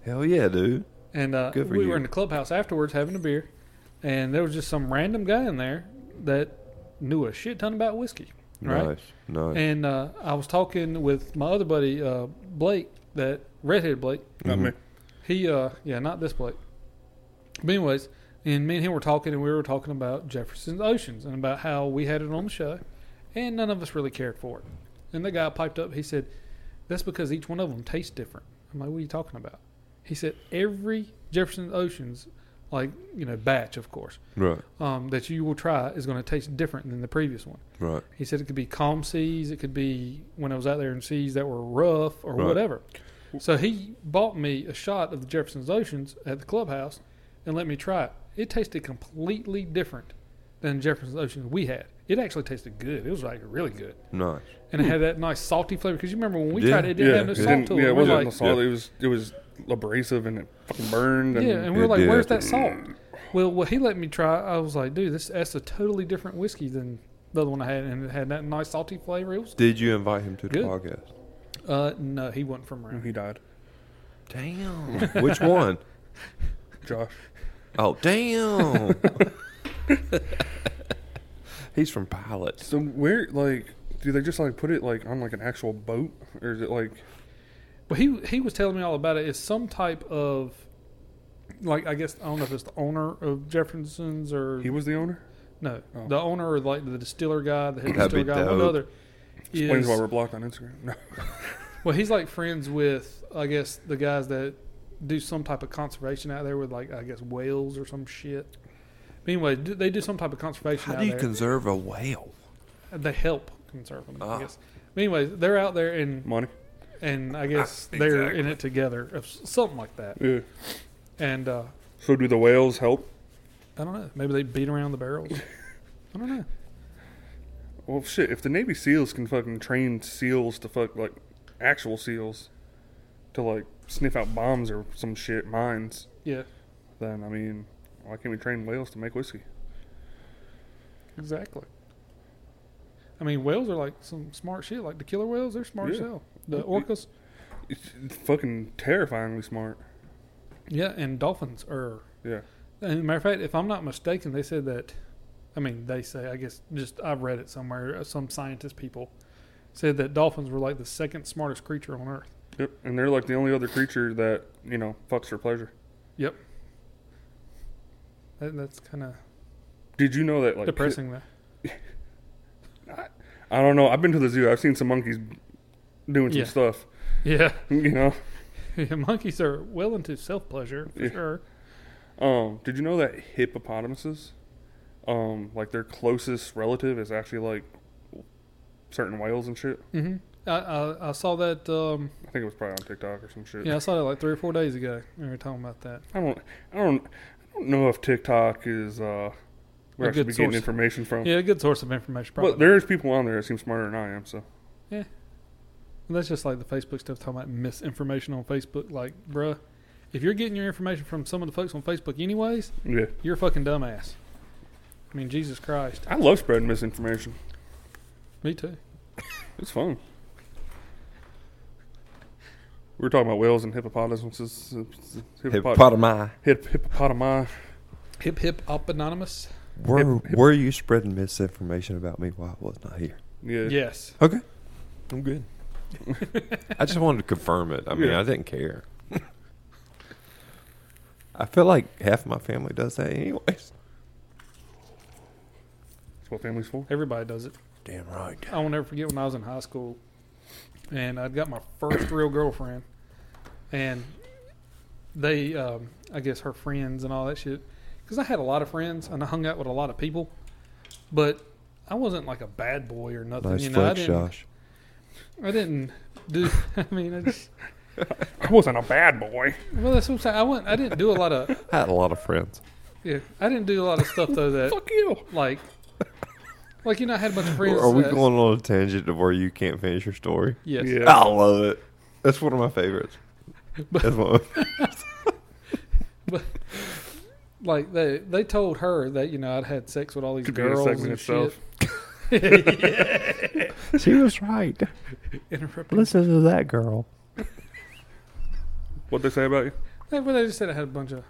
Hell yeah, dude.
and uh,
good for
we
you.
were in the clubhouse afterwards having a beer, and there was just some random guy in there that knew a shit ton about whiskey, right?
Nice. Nice.
And uh, I was talking with my other buddy uh, Blake, that redheaded Blake.
Not me.
He, uh, yeah, not this Blake. But anyways, and me and him were talking, and we were talking about Jefferson's Oceans and about how we had it on the show, and none of us really cared for it. And the guy piped up. He said, "That's because each one of them tastes different." I'm like, "What are you talking about?" He said, "Every Jefferson's Oceans, like you know, batch of course,
Right.
um, that you will try is going to taste different than the previous one."
Right.
He said it could be calm seas, it could be when I was out there in seas that were rough or
Right.
whatever. So he bought me a shot of the Jefferson's Oceans at the clubhouse and let me try it. It tasted completely different than Jefferson's Oceans we had. It actually tasted good. It was like really good.
Nice.
And it had that nice salty flavor. Because you remember when we
Yeah.
tried it, it didn't have no
it
salt
didn't-
to it.
yeah, it
We were
wasn't
like,
the salt. It was it was abrasive and it fucking burned. And
yeah, and we were
It
like,
did.
where's that salt? Well, what he let me try, I was like, dude, this that's a totally different whiskey than the other one I had. And it had that nice salty flavor. It was,
Did you invite him to the
Good.
podcast?
uh, no, he wasn't from around
and he died.
Damn. Which one?
Josh.
Oh, damn. He's from Pilots.
So where like do they just like put it like on like an actual boat or is it like
But he he was telling me all about it. It's some type of like I guess I don't know if it's the owner of Jefferson's or
he was the owner?
no
Oh.
the owner or like the distiller guy, the head
That'd be
distiller guy, one
dope.
other.
Explains
Is,
why we're blocked on Instagram. No.
well, he's like friends with I guess the guys that do some type of conservation out there with like I guess whales or some shit. But anyway, do- they do some type of conservation
How
out
do you
there.
conserve a whale?
they help conserve them,
Ah.
I guess. But anyways, they're out there and
Money.
and I guess they're in it together, or s- something like that.
Yeah.
And uh,
So do the whales help?
I don't know. Maybe they beat around the barrels. I don't know.
Well shit, if the Navy SEALs can fucking train SEALs to fuck like actual SEALs to like sniff out bombs or some shit, mines,
Yeah,
then I mean why can't we train whales to make whiskey?
exactly. I mean, whales are like some smart shit. Like the killer whales, they're smart as
Yeah.
hell. The orcas,
It's it's fucking terrifyingly smart.
yeah, and dolphins are.
Yeah.
And matter of fact, if I'm not mistaken, they said that. I mean, they say. I guess just I've read it somewhere. uh, Some scientist people said that dolphins were like the second smartest creature on Earth.
Yep, and they're like the only other creature that you know fucks for pleasure.
That, that's kind of
Did you know that? Like,
depressing, though.
I don't know. I've been to the zoo. I've seen some monkeys doing some
Yeah.
stuff.
Yeah,
You know.
monkeys are well into self pleasure for
Yeah.
sure.
Um, did you know that hippopotamuses, um, like their closest relative is actually like certain whales and shit.
hmm I, I I saw that. Um,
I think it was probably on TikTok or some shit.
Yeah, I saw that like three or four days ago. We were talking about that.
I don't. I don't. I don't know if TikTok is uh, where
A
I should
good
be getting
source.
information from.
Yeah, a good source of information. Probably.
But there's people on there that seem smarter than I am. So
And that's just like the Facebook stuff talking about misinformation on Facebook. Like, bruh, if you're getting your information from some of the folks on Facebook, anyways,
yeah,
you're a fucking dumbass. I mean, Jesus Christ.
I love spreading misinformation.
Me too.
It's fun. We were talking about whales and hippopotamuses. Hippopot-
Hippopotami.
hip, hippopotami.
Hip hip up anonymous.
Were, were you spreading misinformation about me while I was not here?
Yeah.
Yes.
Okay. I'm good. I just wanted to confirm it. I mean,
Yeah.
I didn't care. I feel like half my family does that anyways.
That's what family's for.
Everybody does it.
Damn right.
I will never forget when I was in high school, and I got my first real girlfriend, and they, um, I guess her friends and all that shit, because I had a lot of friends and I hung out with a lot of people, but I wasn't like a bad boy or nothing.
Nice
you know,
flex,
I didn't.
Josh.
I didn't do. I mean, I just
I wasn't a bad boy.
well, that's what I'm saying. I went. I didn't do a lot of.
I had a lot of friends.
Yeah, I didn't do a lot of stuff though that
Fuck you.
like, like you know, I had a bunch of friends.
Are we
that-
going on a tangent to where you can't finish your story?
Yes.
Yeah.
I love it. That's one of my favorites.
But-
That's one of-
but like they they told her that you know I'd had sex with all these
Could be a
girls
segment
and
itself.
shit.
she was right.
Interrupt-
Listen to that girl.
What'd they say about you?
They- well, they just said I had a bunch of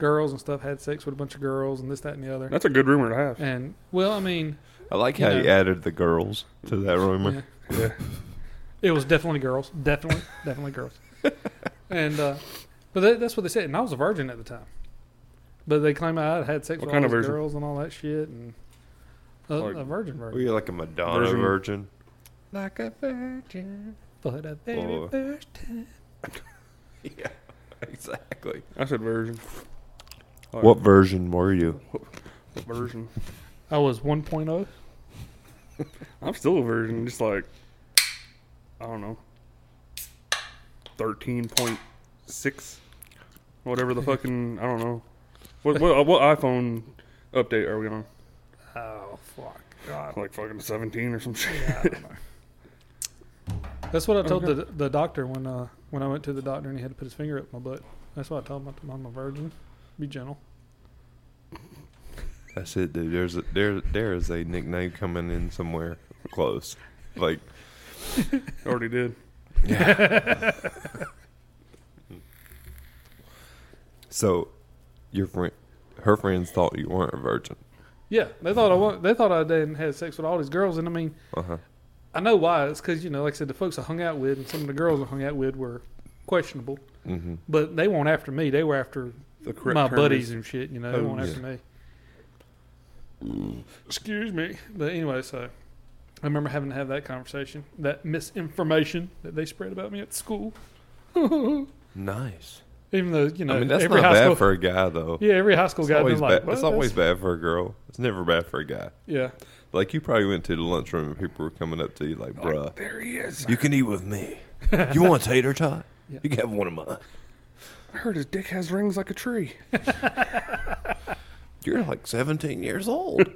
girls and stuff, had sex with a bunch of girls and this, that, and the other.
That's a good rumor to have.
And well, I mean,
I like
You
how you
know.
added the girls to that rumor.
yeah,
Yeah.
it was definitely girls, definitely, definitely girls. And uh, but that, that's what they said, and I was a virgin at the time. But they claim I had had sex
What
with
kind
all
of
these
virgin?
girls and all that shit, and a,
Like-
a virgin
Were
virgin.
you like a Madonna
Virgin.
virgin?
Like a virgin.
But a very
Oh.
first time.
Yeah, exactly.
I said virgin. Like,
What version were you?
what version?
I was oh. 1.0.
I'm still a virgin. Just like, I don't know. 13.6. Whatever the fucking, I don't know. What, what, what iPhone update are we on?
Oh fuck, God.
Like fucking 17 or some shit.
That's what I told
Okay.
the the doctor when uh when I went to the doctor and he had to put his finger up my butt. That's what I told him. I'm a virgin. Be gentle.
That's it, dude. There's a, there there is a nickname coming in somewhere close. Like
Already did.
so, your friend, her friends thought you weren't a virgin.
Yeah, they thought I was, they thought I didn't had sex with all these girls, and I mean
Uh huh.
I know why. It's because you know, like I said, the folks I hung out with and some of the girls I hung out with were questionable,
Mm-hmm.
but they weren't after me. They were after
The correct
my
term
buddies
is-
and shit. You know, they weren't
Hoes.
after me.
Mm.
Excuse me, but anyway, so I remember having to have that conversation, that misinformation that they spread about me at school.
Nice.
Even though you know,
I mean, that's
every
not
high
bad
school,
for a guy, though.
yeah, every high school
It's
guy
always,
been like,
bad.
"Well,
it's always
that's-
bad for a girl. It's never bad for a guy.
yeah,
Like you probably went to the lunchroom and people were coming up to you like,
Like,
"Bruh,
there he is.
Uh, you can eat with me. You want a tater tot?
Yeah.
You can have one of mine."
I heard his dick has rings like a tree.
You're like 17 years old.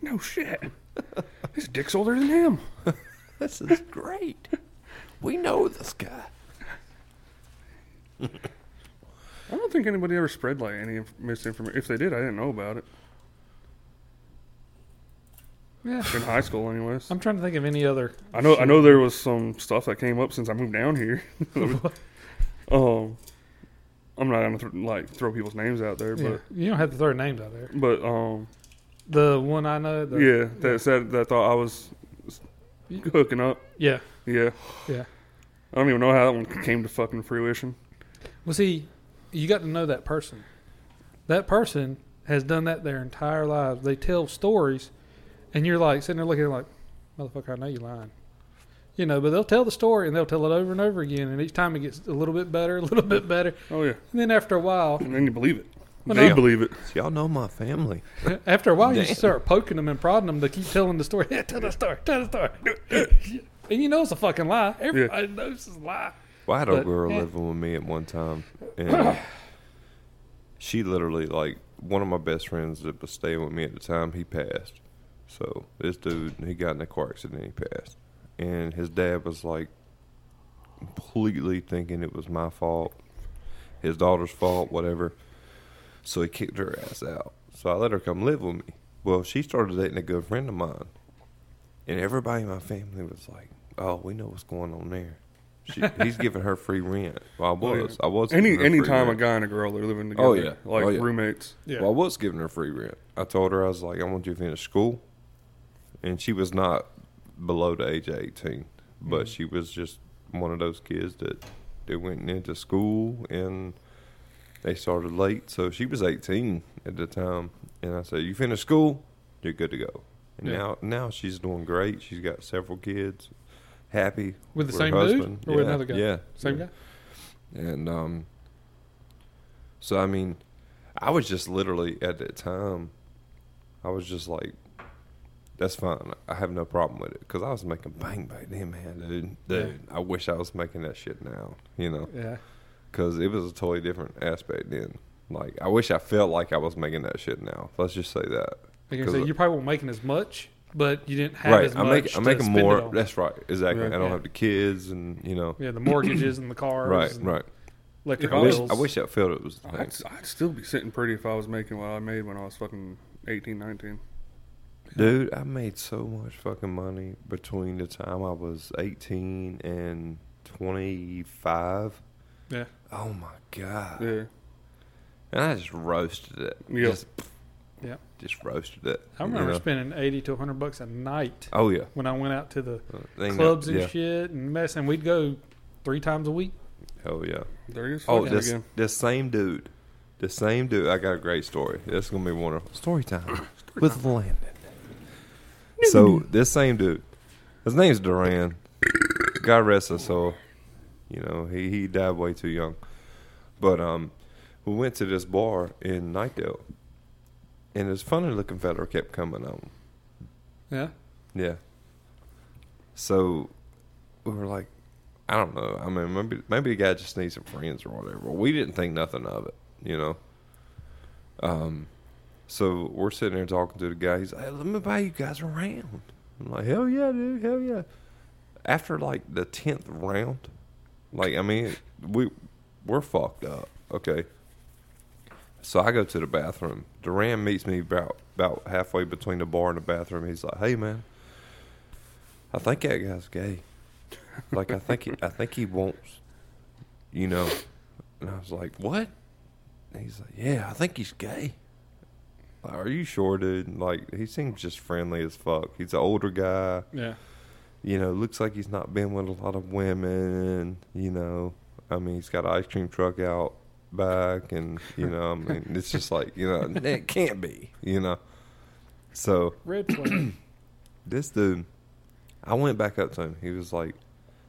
No shit. His dick's older than him.
this is great. We know this guy.
I don't think anybody ever spread like any inf- misinformation. If they did, I didn't know about it
yeah."
in high school, anyways.
I'm trying to think of any other.
I know, I know there was some stuff that came up since I moved down here. um, I'm not gonna th- like throw people's names out there,
Yeah,
but
you don't have to throw names out there.
but um,
The one I know, the,
yeah, that said that thought I was s- hooking up.
yeah,
Yeah,
yeah.
I don't even know how that one came to fucking fruition.
Well, see, you got to know that person. That person has done that their entire lives. They tell stories, and you're like sitting there looking like, motherfucker, I know you're lying. You know, but they'll tell the story and they'll tell it over and over again, and each time it gets a little bit better, a little bit better.
Oh yeah,
And then after a while,
and then you believe it.
Well,
they
no.
believe it.
So y'all know my family.
after a while, you
Damn.
start poking them and prodding them to keep telling the story. Yeah, tell the story, tell the story. and you know it's a fucking lie. Everybody knows it's a lie.
Why had a
But-
girl
Yeah.
living with me at one time, and she literally like one of my best friends that was staying with me at the time. He passed, so this dude he got in a car accident. He passed, and his dad was like completely thinking it was my fault, his daughter's fault, whatever. So he kicked her ass out. So I let her come live with me. Well, she started dating a good friend of mine, and everybody in my family was like, "Oh, we know what's going on there." She, he's giving her free rent. Well, I
Oh, yeah.
was. I was.
Any
giving her
any
free
time a
rent.
guy and a girl are living together,
Oh, yeah.
like
Oh, yeah.
roommates.
Yeah.
Well, I was giving her free rent. I told her I was like, I want you to finish school, and she was not below the age of eighteen, but
Mm-hmm.
she was just one of those kids that they went into school and they started late. So she was eighteen at the time, and I said, "You finish school, you're good to go." And
Yeah.
now, now she's doing great. She's got several kids, happy
With the
her
same dude
husband.
or with
Yeah,
another guy?
Yeah,
Same
yeah.
guy?
And um, so I mean, I was just literally at that time, I was just like, that's fine. I have no problem with it because I was making bang back then, man, dude. Dude, I wish I was making that shit now, you know,
Yeah.
because it was a totally different aspect then. Like, I wish I felt like I was making that shit now. Let's just say that.
Like I
'Cause
said,
I-
you probably weren't making as much, but you didn't have
right.
as
I'm
much.
making, I'm
to
making
spend it
more.
on.
That's right. Exactly.
Yeah.
I don't
Yeah.
have the kids and, you know,
Yeah, the mortgages and the cars.
right,
and
right.
Electric
If
I wish,
bills.
I wish I felt it was the thing.
I'd, I'd still be sitting pretty if I was making what I made when I was fucking 18, 19.
Dude, I made so much fucking money between the time I was 18 and 25.
Yeah.
Oh my God.
Yeah.
And I just roasted it.
Yeah.
Just,
Yeah.
Just roasted it.
I
you
remember
know?
spending 80 to 100 bucks a night
Oh, yeah.
when I went out to the
Uh, they know-
clubs and
yeah.
shit and mess, and we'd go three times a week.
Oh, yeah.
There he is.
Oh,
fucking
this,
again.
this same dude. The same dude. I got a great story. That's going to be wonderful. Story time with Landon. So, this same dude. His name's Duran. God rest his soul. You know, he, he died way too young. But um, we went to this bar in Nightdale. And this funny looking fella kept coming on.
Yeah.
Yeah. So we were like, I don't know. I mean, maybe maybe the guy just needs some friends or whatever. We didn't think nothing of it, you know. Um, so we're sitting there talking to the guy. He's like, hey, "Let me buy you guys a round." I'm like, "Hell yeah, dude! Hell yeah!" After like the tenth round, like I mean, we we're fucked up. Okay. So I go to the bathroom. Duran meets me about about halfway between the bar and the bathroom. He's like, "Hey, man, I think that guy's gay. Like, I think he, I think he wants, you know." And I was like, "What?" And he's like, "Yeah, I think he's gay." Like, are you sure, dude? Like, he seems just friendly as fuck. He's an older guy
Yeah.
you know, looks like he's not been with a lot of women. You know, I mean, he's got an ice cream truck out back, and you know, I mean, it's just like you know, it can't be, you know. So
Red flag.
this dude, I went back up to him. He was like,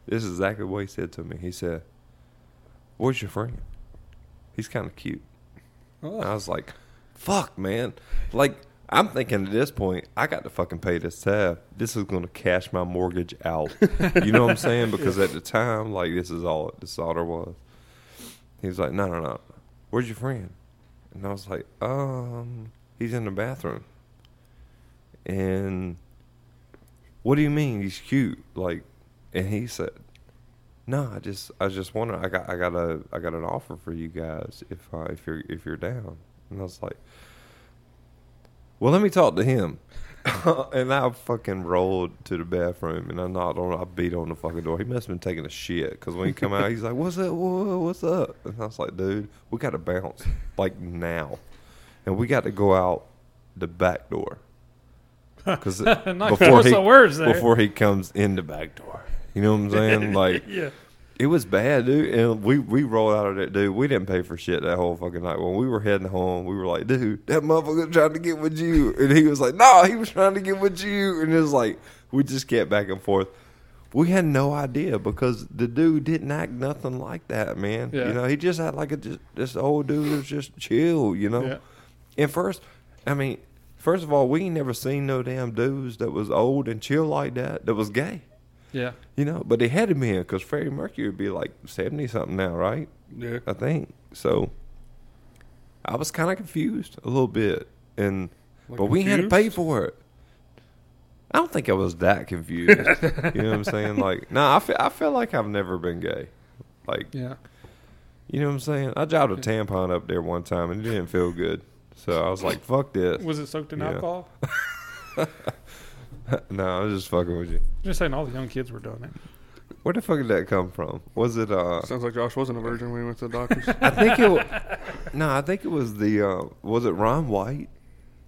"This is exactly what he said to me." He said, "Where's your friend? He's kind of cute." And I
oh,
was like, fuck, man. Like, I'm thinking at this point, I got to fucking pay this tab. This is going to cash my mortgage out. you know what I'm saying? Because at the time, like, this is all this is all there was. He was like, no, no, no. Where's your friend? And I was like, um, he's in the bathroom. And what do you mean he's cute? Like, and he said, no, I just I just wondering. I got I got a I got an offer for you guys if I, if you're if you're down. And I was like, well, let me talk to him. and I fucking rolled to the bathroom and I knocked on. I beat on the fucking door. He must have been taking a shit because when he come out, he's like, "What's up? Whoa, what's up?" And I was like, "Dude, we got to bounce like now, and we got to go out the back door because
nice. Before he, words there.
before he comes in the back door. You know what I'm saying? Like
yeah.
it was bad, dude. And we we rolled out of that, dude. We didn't pay for shit that whole fucking night. When we were heading home, we were like, dude, that motherfucker trying to get with you, and he was like, no, he was trying to get with you, and it was like we just kept back and forth. We had no idea because the dude didn't act nothing like that, man.
Yeah.
You know, he just had like a just, this old dude was just chill, you know.
Yeah.
And first, I mean, first of all, we ain't never seen no damn dudes that was old and chill like that that was gay.
Yeah.
You know, but they had him in because Freddie Mercury would be like 70 something now, right?
Yeah.
I think. So I was kind of confused a little bit. And,
Like
but we had to
confused?
pay for it. I don't think I was that confused. you know what I'm saying? Like, nah, I feel, I feel like I've never been gay. Like,
Yeah.
you know what I'm saying? I dropped a tampon up there one time and it didn't feel good. So I was like, fuck this.
Was it soaked in
Yeah.
alcohol?
no, I was just fucking with you.
Just saying, all the young kids were doing it.
Where the fuck did that come from? Was it, uh,
Sounds like Josh wasn't a virgin when he went to the doctors.
I think it. wa- No, I think it was the. Uh, was it Ron White?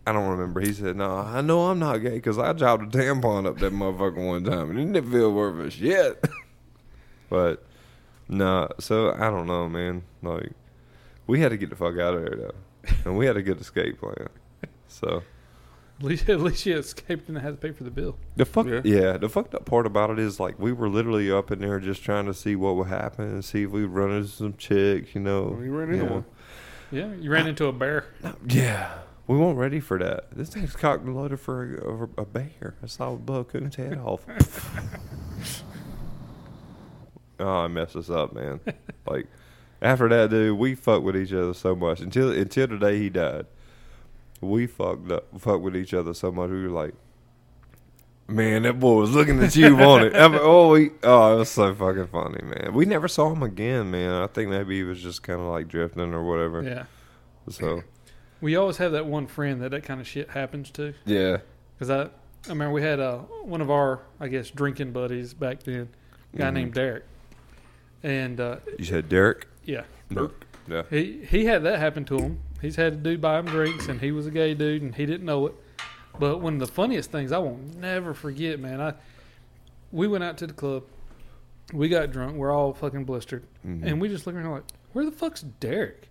I don't remember. He said, "No, I know I'm not gay because I dropped a tampon up that motherfucker one time and it didn't feel worth a shit." but no, so I don't know, man. Like, we had to get the fuck out of there though, and we had a good escape plan. So
At least, at least she escaped and had to pay for the bill.
the fuck,
Yeah.
yeah. the fucked up part about it is like we were literally up in
Oh,
there just trying to see what would happen and see if we run into some chicks, you know.
We ran into
Yeah.
one.
Yeah, you ran into a bear.
Yeah, we weren't ready for that. This thing's cocked and loaded for a, over a bear. I saw it blow Coon's head off. oh, it messed us up, man. Like after that, dude, we fucked with each other so much until until the day he died. We fucked up, fucked with each other so much. We were like, man, that boy was looking at you, on it. oh, he, oh, it was so fucking funny, man. We never saw him again, man. I think maybe he was just kind of like drifting or whatever.
Yeah.
So
We always have that one friend that that kind of shit happens to.
yeah.
Because I, I mean, we had uh, one of our, I guess, drinking buddies back then, a guy
Mhm.
named Derek. And uh,
You said Derek?
yeah,
Derek. Yeah.
he, he had that happen to him. He's had a dude buy him drinks, and he was a gay dude, and he didn't know it. But one of the funniest things I will never forget, man, I we went out to the club. We got drunk. We're all fucking blistered.
Mhm.
And we just look around like, where the fuck's Derek?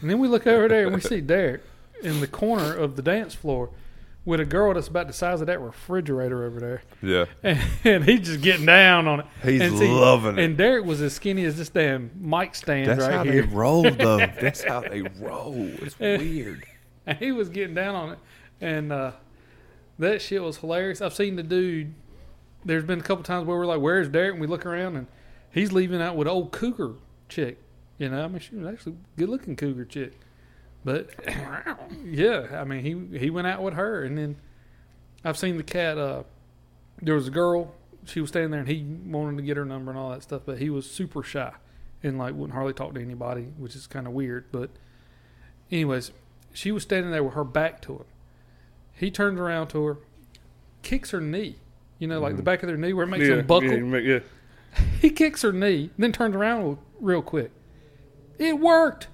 And then we look over there and we see Derek in the corner of the dance floor with a girl that's about the size of that refrigerator over there.
yeah.
And, and he's just getting down on it.
He's
and see,
loving it.
And Derek was as skinny as this damn mic stand
That's
right
how
here.
they roll, though. That's how they roll. It's weird.
And he was getting down on it. And uh, that shit was hilarious. I've seen the dude. There's been a couple times where we're like, where's Derek? And we look around and he's leaving out with an old cougar chick. You know, I mean, she was actually a good looking cougar chick. But yeah, I mean, he, he went out with her. And then I've seen the cat. Uh, there was a girl. She was standing there and he wanted to get her number and all that stuff. But he was super shy and like wouldn't hardly talk to anybody, which is kind of weird. But, anyways, she was standing there with her back to him. He turns around to her, kicks her knee, you know, like the back of their knee where it makes
Mm-hmm. yeah,
them buckle.
Yeah, you make- yeah.
He kicks her knee, then turns around real quick. It worked.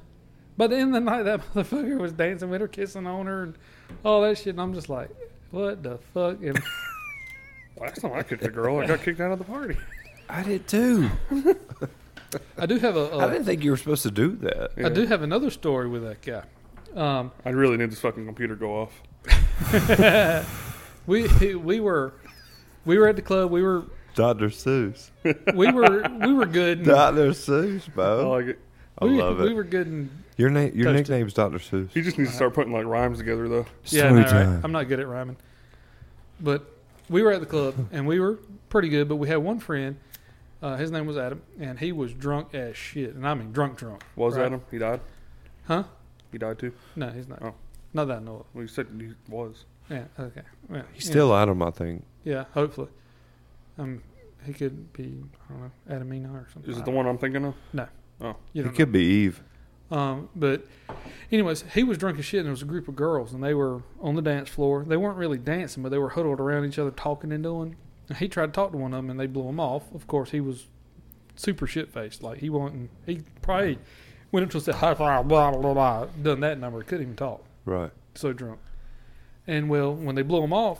But in the night, that motherfucker was dancing with her, kissing on her, and all that shit. And I'm just like, what the fuck? And
Last time I kicked a girl, I got kicked out of the party.
I did too.
I do have a,
I
a
didn't think you were supposed to do that.
I do have another story with that guy. Um,
I really need this fucking computer to go off.
we we were we were at the club. We were
Dr. Seuss.
we were we were good. And,
Dr. Seuss,
Oh,
I
bro.
like it.
I
we,
love
we
it.
were good and
Your name, your
Toasted.
nickname's Dr. Seuss.
He just needs to start putting like rhymes together though.
Yeah, I know, right?
Storytime.
I'm not good at rhyming. But we were at the club and we were pretty good, but we had one friend. Uh, his name was Adam, and he was drunk as shit, and I mean drunk, drunk.
Was
Right.
Adam? He died.
Huh?
He died too.
No, he's not.
Oh.
Not that I know of.
Well, you said he was.
Yeah. Okay. Yeah,
He's still out of my thing.
Yeah, yeah, hopefully. Um, he could be I don't know Adamina or something.
Is
I
it the
don't-
one I'm thinking of?
You
He
don't know.
could be Eve.
Um, but, anyways, he was drunk as shit, and there was a group of girls, and they were on the dance floor. They weren't really dancing, but they were huddled around each other, talking and doing. And he tried to talk to one of them, and they blew him off. Of course, he was super shit faced. Like he wasn't. He probably went up to us and said high five, blah blah blah. Done that number, couldn't even talk
Right.
so drunk. And well, when they blew him off,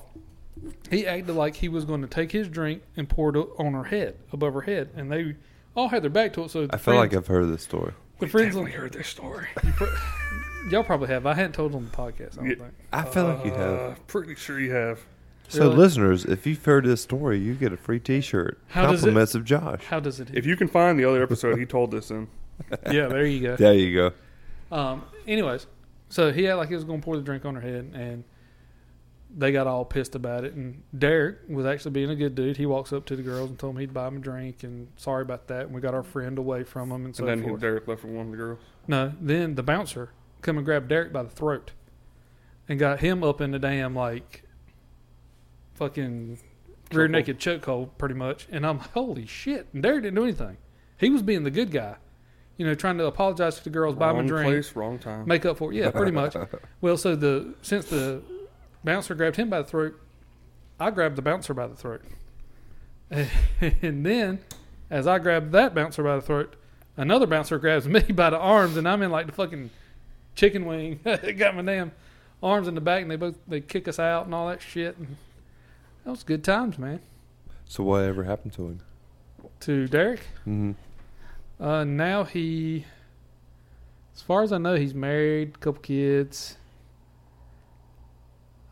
he acted like he was going to take his drink and pour it on her head, above her head, and they all had their back to it. So
I feel like I've heard this story.
the friends on,
heard this story.
y'all probably have. I hadn't told on the podcast. I don't
Yeah.
think.
I feel like you have.
Uh, Pretty sure you have.
So,
Uh, really?
listeners, if you've heard this story, you get a free t shirt.
How does it-
Compliments of Josh.
How does it?
If you can find the other episode, he told this in.
yeah, there you go.
There you go.
Um, anyways, so he acted like he was going to pour the drink on her head, and they got all pissed about it. And Derek was actually being a good dude. He walks up to the girls and told them he'd buy them a drink, and sorry about that. And we got our friend away from him, and so
And then
forth.
he, Derek left with one of the girls.
No, then the bouncer come and grabbed Derek by the throat and got him up in the damn like fucking rear
Chokehold.
naked chokehold pretty much. And I'm like, holy shit. And Derek didn't do anything. He was being the good guy. You know, trying to apologize to the girls, buy them
wrong
a drink,
place, wrong time.
make up for it. Yeah, pretty much. well, so the since the bouncer grabbed him by the throat, I grabbed the bouncer by the throat. And then as I grabbed that bouncer by the throat, another bouncer grabs me by the arms and I'm in like the fucking chicken wing. Got my damn arms in the back and they both they kick us out and all that shit. And that was good times, man.
So, whatever happened to him?
To Derek.
hmm
Uh, now he, as far as I know, he's married, couple kids.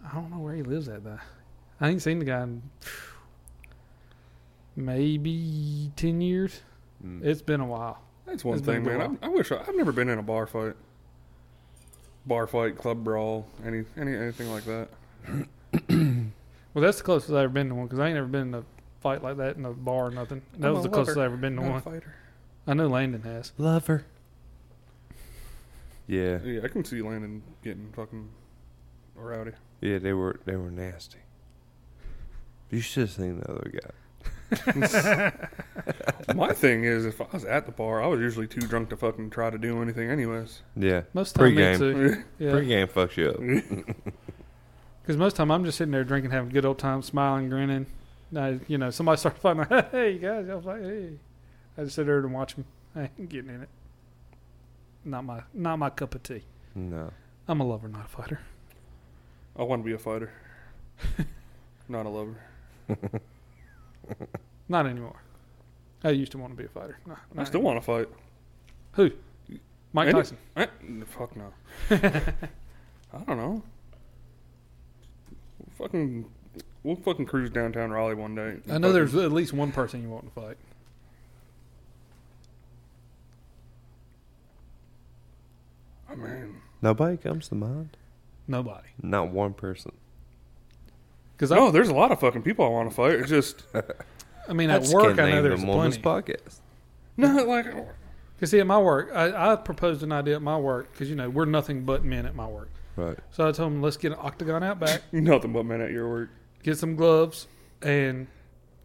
I don't know where he lives at though. I ain't seen the guy in phew, maybe ten years.
Mm.
It's been a while.
That's one
It's been
thing,
a
man.
while.
I, I wish I, I've never been in a bar fight. bar fight, club brawl, any, any anything like that.
Well, that's the closest I've ever been to one because I ain't ever been in a fight like that in a bar or nothing. That
I'm
was
a
the closest
lover,
I've ever been to
Not a
one.
fighter.
I know Landon has.
Lover. Yeah,
Yeah, I can see Landon getting fucking rowdy.
yeah, they were they were nasty. You should have seen the other guy.
My thing is, if I was at the bar, I was usually too drunk to fucking try to do anything, anyways.
Yeah,
Most time me
Pre-game.
too. Yeah,
pregame fucks you up.
because most time I'm just sitting there drinking, having a good old time, smiling, grinning. I, you know, somebody starts fighting. hey, you guys, I was like, hey, I just sit there and watch them. I ain't getting in it. Not my, not my cup of tea.
No,
I'm a lover, not a fighter.
I want to be a fighter, not a lover.
Not anymore. I used to want to be a fighter. No,
I
not
still want to fight.
Who? Mike
Any-
Tyson.
Eh, fuck no. I don't know. We'll fucking, we'll fucking cruise downtown Raleigh one day. Oh,
I know there's at least one person you want to fight. Oh,
I mean,
nobody comes to mind.
Nobody.
Not one person.
Because
no, there's a lot of fucking people I want to fight. It's just
I, I mean,
I
at
just
work,
can't
I know
name
there's
them on this
plenty.
podcast.
not like.
Because see, at my work, I, I proposed an idea at my work because you know we're nothing but men at my work.
Right.
So I told them, let's get an octagon out back,
Nothing but men at your work.
get some gloves, and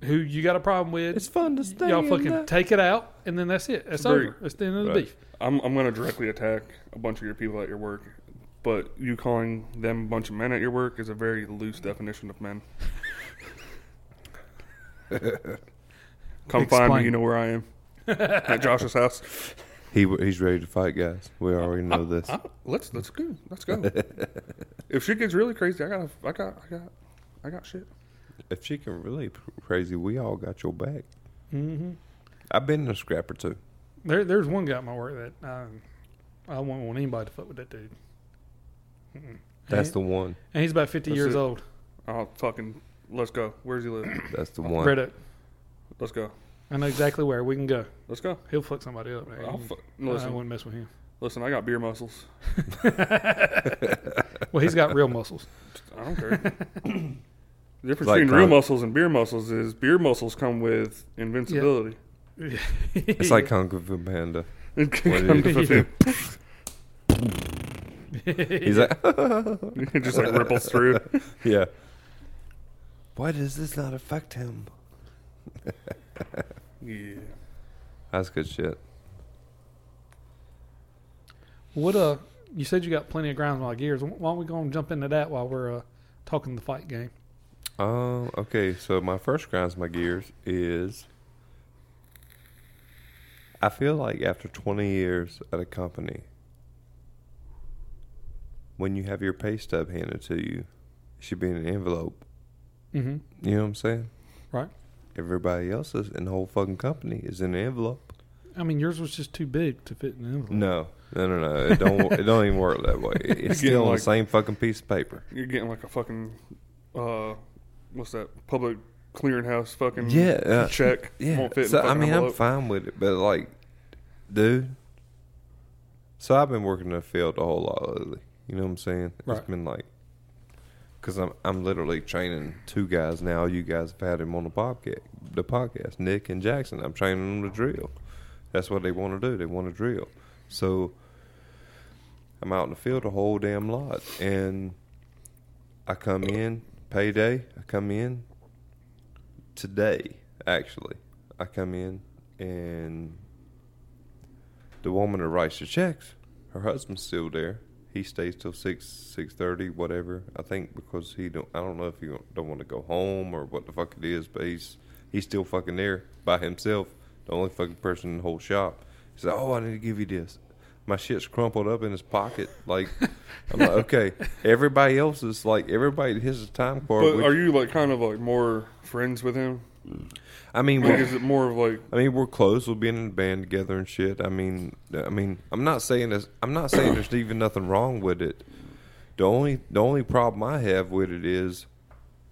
who you got a problem with,
It's fun to stay.
y'all
in
fucking
the-
take it out, and then that's it. That's
It's very-
over. It's the end of the
Right.
beef.
I'm I'm gonna directly attack a bunch of your people at your work, but you calling them a bunch of men at your work is a very loose definition of men. Come find me,
Explain.
you know where I am. at Josh's house.
He he's ready to fight, guys. We already know this.
I- let's let's go. Let's go. if shit gets really crazy, I got I got I got I got shit.
If she can really p- crazy, we all got your back.
Mm-hmm.
I've been in a scrap or two.
There, there's one guy at my work that um, I wouldn't want anybody to fuck with that dude. Mm-mm.
That's
and,
the one.
and he's about 50
That's
years
it.
old.
I'll fucking let's go. Where's he live?
That's the one.
Red Oak.
Let's go.
I know exactly where we can go.
Let's go.
He'll fuck somebody up. Man.
I'll fu-
I
listen.
wouldn't mess with him.
Listen, I got beer muscles.
Well, he's got real muscles.
I don't care. the difference
Like um,
between real
chronic-
muscles and beer muscles is beer muscles come with invincibility.
It's like Kung Fu Panda.
Come to fulfill-
He's like,
it just like ripples through.
yeah. Why does this not affect him?
Yeah.
That's good shit.
What uh? You said you got plenty of grounds like gears. Why don't we go and jump into that while we're uh, talking the fight game?
Um. Okay. So my first grinds my gears is. I feel like after 20 years at a company, when you have your pay stub handed to you, it should be in an envelope.
Mm-hmm.
You know what I'm saying?
Right.
Everybody else's in the whole fucking company is in an envelope.
I mean, yours was just too big to fit in an envelope.
No, no, no, no. It don't. it don't even work that way. It's
You're
still on
like-
the same fucking piece of paper.
You're getting like a fucking, uh, what's that? Public clearinghouse fucking
Yeah, uh,
check.
Yeah.
Won't fit in
So
the
I
fucking
mean, I'm
envelope.
fine with it, but like, dude. So I've been working in the field a whole lot lately. You know what I'm saying?
Right.
It's been like, because I'm I'm literally training two guys now. You guys have had him on the podcast, the podcast, Nick and Jackson. I'm training them to drill. That's what they want to do. They want to drill. So I'm out in the field a whole damn lot, and I come in payday. I come in today. Actually, I come in and the woman that writes the checks, her husband's still there. He stays till six six thirty, whatever. I think because he don't. I don't know if he don't- don't want to go home or what the fuck it is, but he's he's still fucking there by himself. The only fucking person in the whole shop. He's like, oh, I need to give you this. My shit's crumpled up in his pocket. Like, I'm like, okay. Everybody else is like, everybody his is time card.
But
which-
are you like kind of like more friends with him?
I mean,
Like,
we-
is it more of like
I mean, we're close. We'll be in a band together and shit. I mean, I mean, I'm not saying this. I'm not saying there's even nothing wrong with it. The only the only problem I have with it is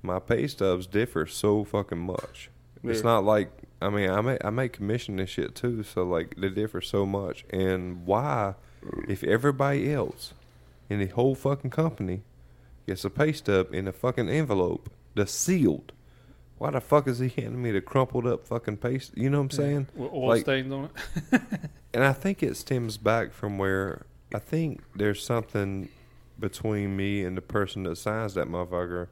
my pay stubs differ so fucking much. It's
Yeah.
not like I mean, I make I make commission and shit too, so like they differ so much. And why, if everybody else in the whole fucking company gets a pay stub in a fucking envelope that's sealed. Why the fuck is he handing me the crumpled up fucking paste? You know what I'm saying?
With oil
Like-
stains on it.
And I think it stems back from where I think there's something between me and the person that signs that motherfucker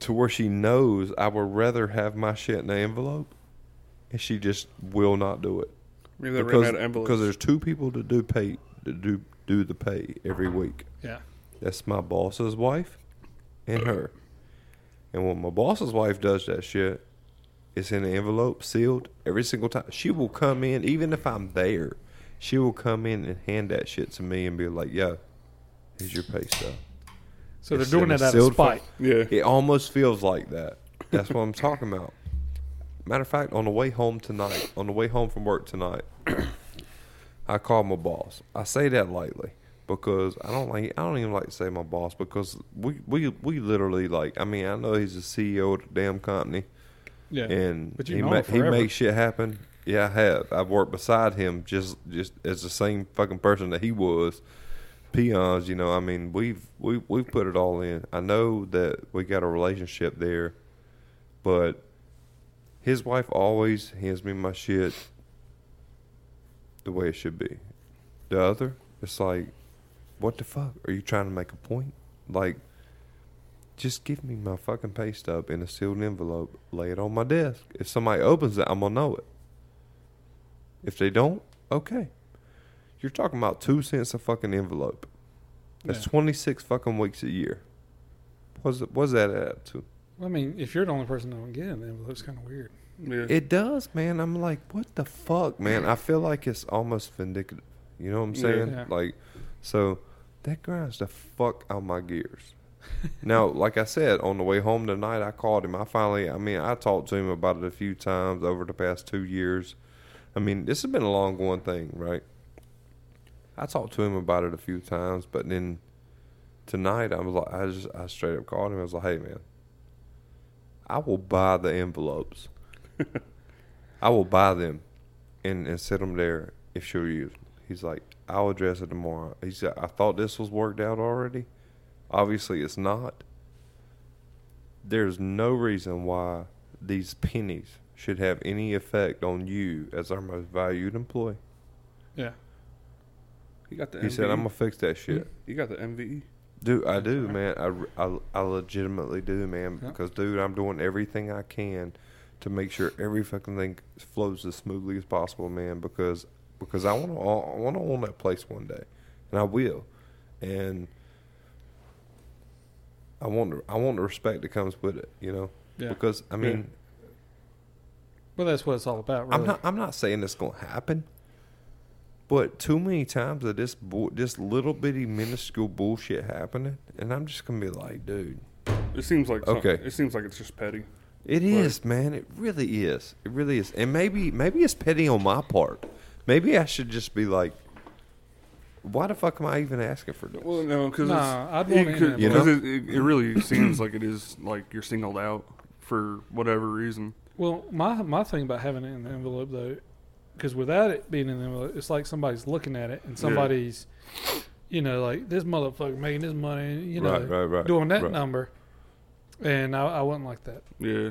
to where she knows I would rather have my shit in the envelope and she just will not do it.
Maybe they ran
Because,
out of envelopes.
because there's two people to do pay to do do the pay every week.
Yeah.
That's my boss's wife and her. And when my boss's wife does that shit, it's in an envelope sealed every single time. She will come in, even if I'm there, she will come in and hand that shit to me and be like, yo, here's your pay stub.
So they're
It's
doing
in a
that out of
sealed
spite.
yeah.
It almost feels like that. That's what I'm talking about. Matter of fact, on the way home tonight, on the way home from work tonight, I called my boss. I say that lightly because I don't like I don't even like to say my boss because we we we literally like I mean I know he's the CEO of the damn company
Yeah.
and
But you've
he
known
ma-
him
he
forever.
makes shit happen. Yeah, I have. I've worked beside him just just as the same fucking person that he was. Peons, you know. I mean, we've we we've put it all in. I know that we got a relationship there, but his wife always hands me my shit the way it should be. The other, it's like, what the fuck? Are you trying to make a point? Like, just give me my fucking pay stub in a sealed envelope, lay it on my desk. If somebody opens it, I'm gonna know it. If they don't, okay. You're talking about two cents a fucking envelope. That's
Yeah.
twenty six fucking weeks a year. What's what's that add up to?
Well, I mean, if you're the only person that would get an envelope, it's kind of weird.
Yeah.
It does, man. I'm like, what the fuck, man? I feel like it's almost vindictive. You know what I'm
Yeah.
saying?
Yeah.
Like, so that grinds the fuck out my gears. now, like I said, on the way home tonight, I called him. I finally, I mean, I talked to him about it a few times over the past two years. I mean, this has been a long going thing, right? I talked to him about it a few times, but then tonight I was like, I just, I straight up called him. I was like, hey, man, I will buy the envelopes. I will buy them and, and set them there if she'll use them. He's like, I'll address it tomorrow. He said, I thought this was worked out already. Obviously, it's not. There's no reason why these pennies should have any effect on you as our most valued employee.
Yeah.
You got the
He said, I'm going to fix that shit.
You got the E? MVE.
Dude, I do,
Alright.
man. I, re- I, I legitimately do, man.
Yeah.
Because, dude, I'm doing everything I can to make sure every fucking thing flows as smoothly as possible, man. Because because I want to I want to own that place one day, and I will. And I want the, I want the respect that comes with it, you know.
Yeah.
Because I mean,
Well, that's what it's all about, really.
I'm not. I'm not saying it's gonna happen. But too many times of this bull, this little bitty minuscule bullshit happening, and I'm just gonna be like, dude,
It seems like some-
Okay.
It seems like it's just petty.
it
Right.
is, man. It really is. It really is. And maybe, maybe it's petty on my part. Maybe I should just be like, why the fuck am I even asking for this?
Well, no, because
Nah, I'd want
it,
it
could,
in
You know?
because it, it, it really seems like it is like you're singled out for whatever reason.
Well, my my thing about having it in the envelope though, because without it being in the envelope, it's like somebody's looking at it and somebody's, you know, like this motherfucker making his money, you know,
right, right, right.
doing that
right.
number, and I, I wouldn't like that.
Yeah.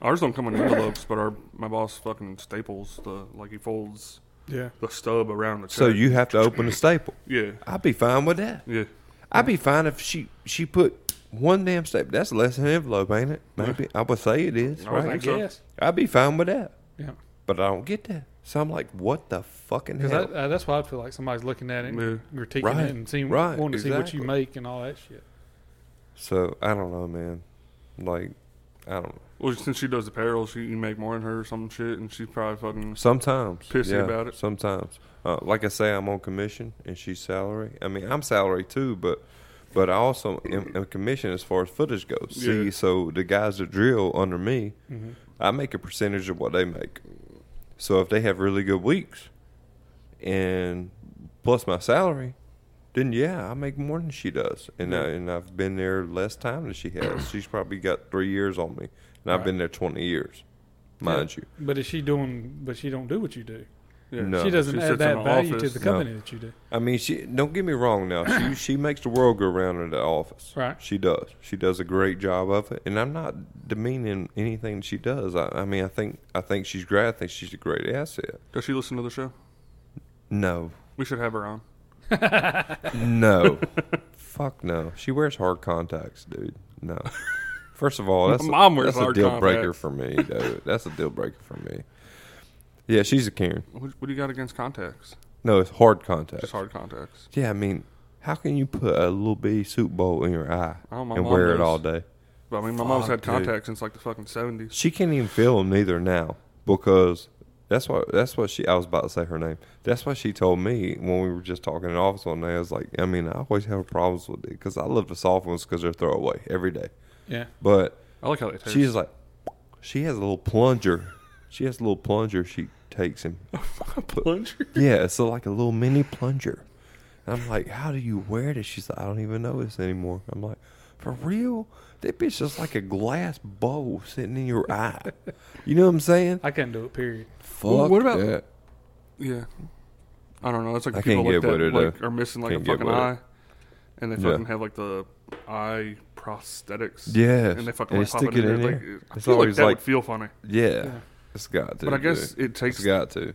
Ours don't come in envelopes, but our my boss fucking staples the like he folds
Yeah,
the stub around the.
So
check.
you have to open the staple.
Yeah.
I'd be fine with that.
Yeah.
I'd be fine if she she put one damn staple. That's less than an envelope, ain't it? Maybe I would say it is.
I would
right?
I
think so.
guess.
I'd be fine with that.
Yeah,
But I don't get that. So I'm like, what the fucking
because
hell?
uh, that's why I feel like somebody's looking at it, and
Yeah.
critiquing
Right,
it, and seeing
right,
wanting to see what you
exactly.
make and all that shit.
so I don't know, man. Like, I don't know.
Well, since she does apparel, she you make more than her or some shit, and she probably fucking.
Sometimes.
Pissy about it.
Sometimes. Uh, like I say, I'm on commission and she's salary. I mean, I'm salary too, but but I also am, am commission as far as footage goes. See,
Yeah.
so the guys that drill under me,
Mm-hmm.
I make a percentage of what they make. So if they have really good weeks and plus my salary, then yeah, I make more than she does. And I, and I've been there less time than she has. She's probably got 3 years on me, and I've
Right.
been there 20 years, mind you.
But is she doing? But she don't do what you do.
Yeah.
No.
she doesn't
She
add
sits in
that
the
value
office.
to the
No.
company that you do.
I mean, she don't get me wrong. Now she she makes the world go round in the office.
Right.
She does. She does a great job of it, and I'm not demeaning anything she does. I, I mean, I think I think she's great. I think she's a great asset.
Does she listen to the show?
No,
We should have her on.
no, fuck no. She wears hard contacts, dude. No. First of all,
My
that's
mom
a,
wears
that's
hard
a deal breaker
contacts.
for me, dude. That's a deal breaker for me. Yeah, she's a Karen.
What, what do you got against contacts?
No, it's hard contacts.
Just hard contacts.
Yeah, I mean, how can you put a little bitty soup bowl in your eye
Oh, my
and
mom
wear
does.
it all day?
But I mean, my mom's
Fuck,
had
dude.
contacts since like the fucking seventies.
She can't even feel them neither now because that's what that's what she. I was about to say her name. That's what she told me when we were just talking in the office one day. I was like, I mean, I always have problems with it because I love the soft ones because they're throwaway every day.
Yeah.
But
I like how they taste.
she's like, she has a little plunger. She has a little plunger. She takes and
plunger.
yeah, it's like a little mini plunger. And I'm like, how do you wear this? She's like, I don't even notice anymore. I'm like, for real? That bitch is like a glass bowl sitting in your eye. You know what I'm saying?
I can't do it, period.
Fuck
Well, what about-
that.
Yeah. I don't know. That's like
I
people
can't
like
get with
that
it,
like
though.
are missing like
Can't
a
get
fucking
with it.
eye, and they
Yeah.
fucking have like the eye prosthetics.
Yes.
And they fucking
And
like
they
pop
stick
it in,
it in
there.
there.
Like, I
It's
feel like
always
that would
like-
feel funny.
Yeah.
Yeah.
It's got to.
But I guess
dude.
it takes.
it's got to.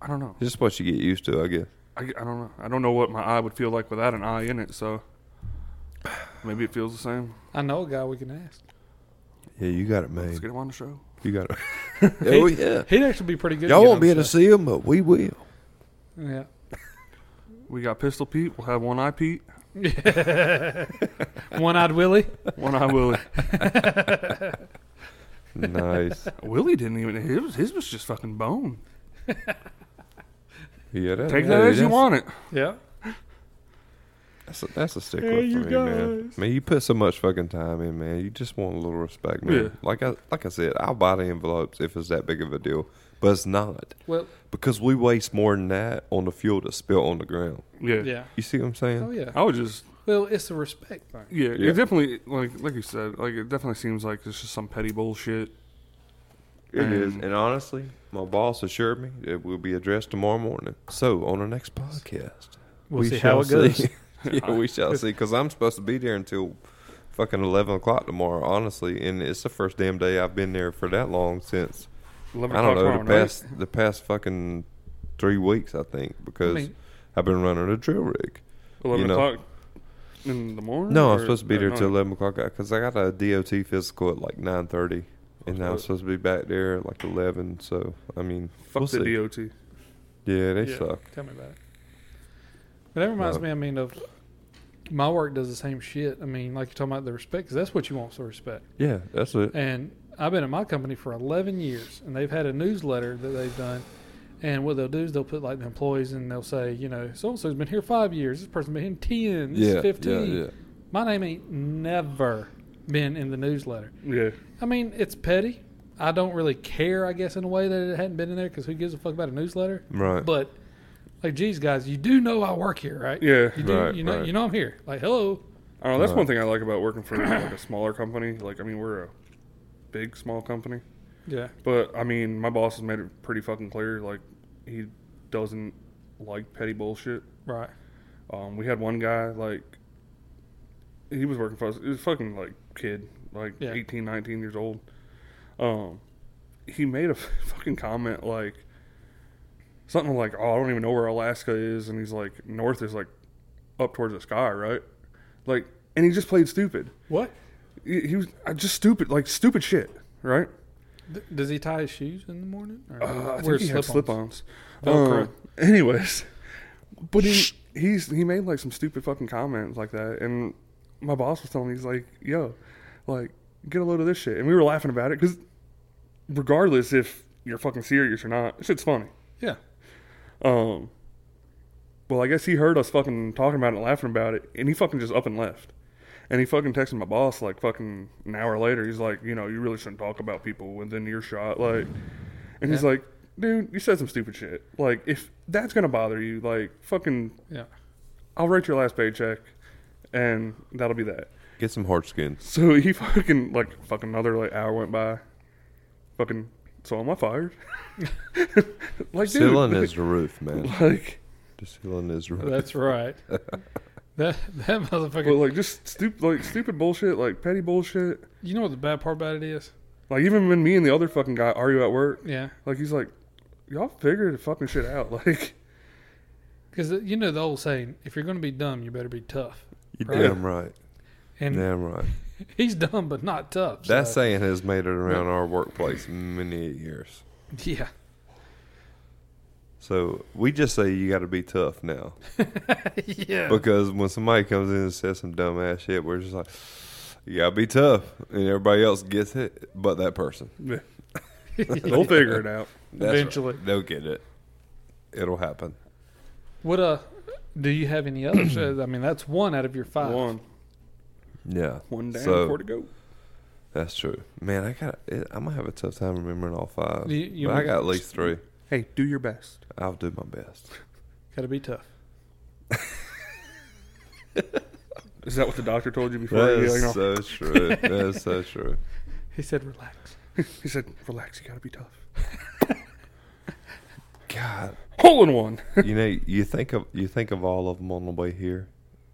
I don't know.
It's just what you get used to, I guess.
I, I don't know. I don't know what my eye would feel like without an eye in it. So maybe it feels the same.
I know a guy we can ask.
Yeah, you got it
Let's
made.
get him on the show.
You got it. oh, yeah.
He'd actually be pretty good.
Y'all
get
won't
on
be
the
able to
show.
see him, but we will.
Yeah.
We got Pistol Pete. We'll have one eye Pete,
One eyed Willie.
one eye Willie.
Nice.
Willie didn't even his his was just fucking bone.
Yeah, that,
Take
yeah,
that as you
that's-
want it.
Yeah.
That's a, that's a stickler
Hey, you
for me, man.
guys.
Man, you put so much fucking time in, man. You just want a little respect, man.
Yeah.
Like I like I said, I'll buy the envelopes if it's that big of a deal, but it's not
Well,
because we waste more than that on the fuel that's spilled on the ground.
Yeah.
yeah.
You see what I'm saying?
Oh, yeah.
I would just
Well, it's a respect thing.
yeah,
Yeah.
It definitely like like you said, like it definitely seems like it's just some petty bullshit.
It is,
And-
and honestly, my boss assured me that we'll be addressed tomorrow morning. So on our next podcast,
We'll
we
see
shall
how it goes.
see. yeah, we shall see. Because I'm supposed to be there until fucking eleven o'clock tomorrow. Honestly, and it's the first damn day I've been there for that long since
Eleven
I don't know
o'clock tomorrow
the
night.
past the past fucking three weeks. I think because I
mean-
have been running a drill rig.
Eleven
you know.
o'clock in the morning.
No,
or
I'm supposed to be
at
there
night?
till eleven o'clock because I got a DOT physical at like nine thirty, and now I'm
Okay.
supposed to be back there at like eleven. So I mean,
Fuck
we'll
the
see.
DOT.
Yeah, they
Yeah.
suck. Uh,
Tell me about it. But that reminds
No.
me, I mean, of my work does the same shit. I mean, like you're talking about the respect, 'cause that's what you want, so respect.
Yeah, that's it.
And I've been at my company for 11 years, and they've had a newsletter that they've done. And what they'll do is they'll put like the employees and they'll say, you know, so and so's been here five years. This person's been here 10, this
Yeah,
is 15.
yeah, yeah.
My name ain't never been in the newsletter.
Yeah.
I mean, it's petty. I don't really care, I guess, in a way that it hadn't been in there because who gives a fuck about a newsletter?
Right.
But like, geez, guys, you do know I work here, right?
Yeah.
You do.
Right,
you know.
right.
You know I'm here. Like, hello.
I don't know. That's one
Right.
thing I like about working for like a smaller company. Like, I mean, we're a big small company,
Yeah.
but I mean, my boss has made it pretty fucking clear. Like, he doesn't like petty bullshit.
Right.
Um, we had one guy like he was working for us. He was fucking like kid, like
Yeah.
eighteen, nineteen 18, 19 years old. Um, he made a fucking comment like something like, "Oh, I don't even know where Alaska is," and he's like, "North is like up towards the sky, right?" Like, and he just played stupid.
What?
He, he was uh, just stupid, like stupid shit, right?
Th- does he tie his shoes in the morning? Or
Uh, I think
wears
he had
slip-ons?
slip-ons.
Velcro.
Um, anyways, but he he's he made like some stupid fucking comments like that, and my boss was telling me he's like, "Yo, like get a load of this shit," and we were laughing about it because regardless if you're fucking serious or not, shit's funny.
Yeah.
Um, well, I guess he heard us fucking talking about it, and laughing about it, and he fucking just up and left. And he fucking texted my boss like fucking an hour later. He's like, you know, you really shouldn't talk about people within earshot, like. And he's
Yeah.
like, dude, you said some stupid shit. Like, if that's gonna bother you, like, fucking,
Yeah.
I'll write your last paycheck, and that'll be that.
Get some hard skins.
So he fucking like fucking another like hour went by. Fucking so am I fired? like,
Ceiling
dude,
is the roof, man.
like,
The ceiling is the roof.
That's right. that that motherfucker.
but like just stupid, like stupid bullshit, like petty bullshit.
you know what the bad part about it is?
Like even when me and the other fucking guy argue at work,
Yeah,
like he's like, y'all figure the fucking shit out. Like,
because uh, you know the old saying: if you're going to be dumb, you better be tough.
You're
Right.
damn right.
And
Damn right.
he's dumb, but not tough.
That
so-
saying has made it around our workplace many years.
yeah.
So we just say you got to be tough now.
yeah.
Because when somebody comes in and says some dumb ass shit, we're just like, you gotta be tough, and everybody else gets it, but that person.
they'll figure it out.
right.
Eventually.
they'll get it. It'll happen.
What uh? Do you have any others? Uh, I mean, that's one out of your five.
One,
Yeah,
one down,
So-
four to go.
that's true. Man, I got. I'm gonna have a tough time remembering all five.
You- you-
but I got at least three.
Hey, do your best.
I'll do my best.
Gotta be tough.
Is that what the doctor told you before?
That
He, like,
is
no.
so true. That is so true.
He said, "Relax."
he said, relax, you gotta be tough.
God,
Hole in one.
you know, you think of you think of all of them on the way here,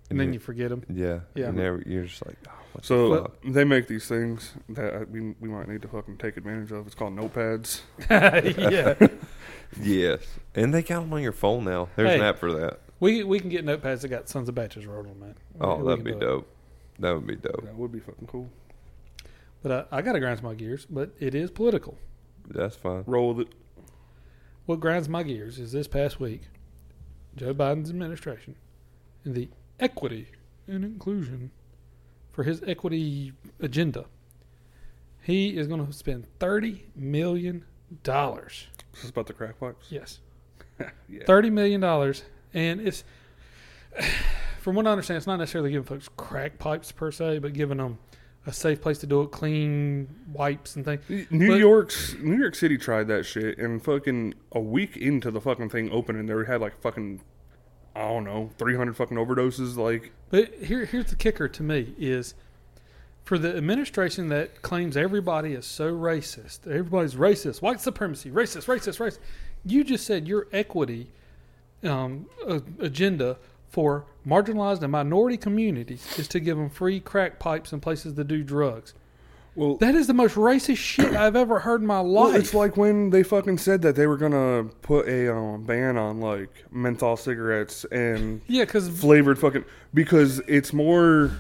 And then you forget him.
yeah,
Yeah.
and every- you're just like, oh, what the
So
fuck?
they make these things that uh, we we might need to fucking take advantage of. It's called notepads.
yeah.
yes, and they got them on your phone now. There's an
Hey.
app for that.
We we can get notepads that got sons of batches rolled on, man.
Oh,
We- we
that'd
can
be
do it.
dope. That would be dope.
That would be fucking cool.
But uh, I gotta grind my gears. But it is political.
That's fine.
Roll with it.
What grinds my gears is this past week, Joe Biden's administration and the equity and inclusion for his equity agenda. He is going to spend $30 million.
This is about the crack pipes.
Yes.
Yeah.
$30 million. And it's, from what I understand, it's not necessarily giving folks crack pipes per se, but giving them a safe place to do it, clean wipes and things.
New
But-
York's New York City tried that shit, and fucking a week into the fucking thing opening, they had like fucking I don't know three hundred fucking overdoses. Like
But here, here's the kicker to me is for the administration that claims everybody is so racist, everybody's racist, white supremacy, racist, racist, racist. You just said your equity um, a- agenda for marginalized and minority communities is to give them free crack pipes and places to do drugs.
well,
That is the most racist shit I've ever heard in my life.
well, it's like when they fucking said that they were gonna put a um, ban on like menthol cigarettes and
yeah, because
flavored fucking because it's more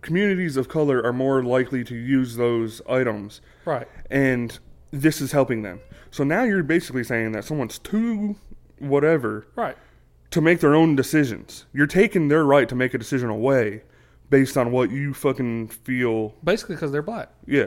communities of color are more likely to use those items
right,
and this is helping them so now you're basically saying that someone's too whatever
right,
to make their own decisions you're taking their right to make a decision away based on what you fucking feel
basically because they're black.
yeah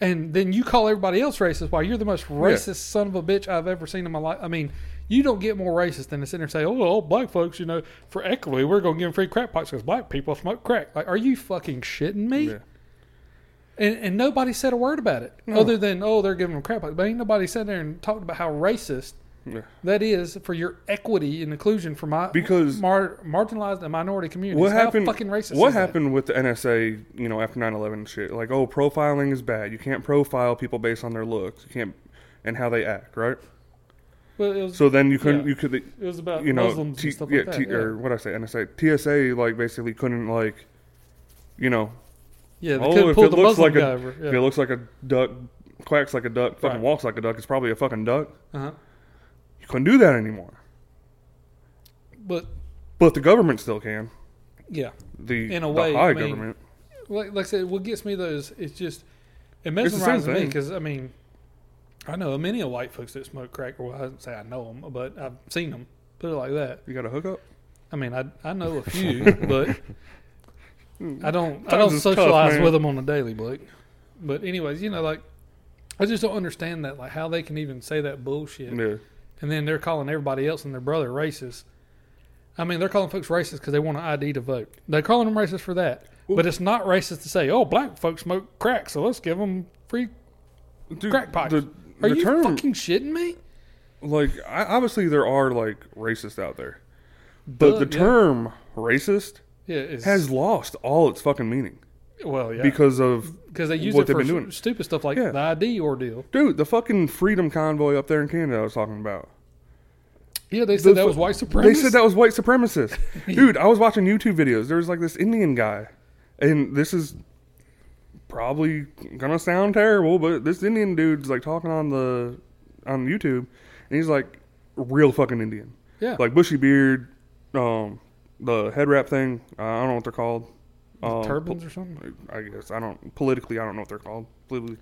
and then you call everybody else racist while you're the most racist son of a bitch I've ever seen in my life. I mean, you don't get more racist than to sit there and say, "Oh, all black folks, you know, for equity, we're going to give them free crack pipes because black people smoke crack." Like, are you fucking shitting me?
yeah
And, and nobody said a word about it, other than, "Oh, they're giving them crack pipes." But ain't nobody sat there and talked about how racist
yeah
that is for your equity and inclusion for my
Because-
mar- marginalized and minority communities.
what
How
happened
Fucking racist.
what
is that?
happened with the nsa you know after 9-11 and shit like oh profiling is bad you can't profile people based on their looks you can't and how they act right
Well, it was,
so then you couldn't
Yeah.
you could
it was about
you know,
Muslims
T-
and stuff
yeah,
like that.
T-
yeah.
or what I say, NSA, TSA, like basically couldn't like, you know,
yeah, they
oh,
couldn't
if
pull
it
the
looks
Muslim
like
guy
a,
over.
if
Yeah.
it looks like a duck, quacks like a duck, fucking
Right.
walks like a duck, it's probably a fucking duck.
uh-huh.
You couldn't do that anymore.
But
But the government still can.
yeah,
The,
In a
the
way,
high
I mean,
government.
like, like I said, what gets me though is it's just it
It's the same
mesmerizes me
thing.
because I mean, I know many of white folks that smoke crack, or well, I don't say I know them, but I've seen them. Put it like that.
You got a hookup.
I mean, I I know a few, but I don't I
Times
don't
is tough,
socialize
man.
with them on a daily, Blake. But anyways, you know, like I just don't understand that, like how they can even say that bullshit,
Yeah.
and then they're calling everybody else and their brother racist. I mean, they're calling folks racist because they want an ID to vote. They're calling them racist for that.
Well-
but it's not racist to say, oh, black folks smoke crack, so let's give them free.
Dude,
Crack pipes.
The,
Are
the
you
term,
fucking shitting me?
like, I, obviously there are like racists out there, but
Duh,
the
yeah.
term racist
Yeah, it's,
has lost all its fucking meaning.
Well, yeah, because
because of
they use
what
it
they've
for
been doing.
s- stupid stuff like
Yeah.
the ID ordeal.
dude the fucking freedom convoy up there in Canada. I was talking about.
Yeah, they said
The
that
fu-
was white supremacy.
They said that was white supremacists. Dude, I was watching YouTube videos. There was like this Indian guy, and this is probably gonna sound terrible, but this Indian dude's like talking on the on YouTube, and he's like real fucking Indian,
yeah,
like bushy beard, um, the head wrap thing. I don't know what they're called. Um,
turbans or something.
I guess I don't politically. I don't know what they're called. Politically,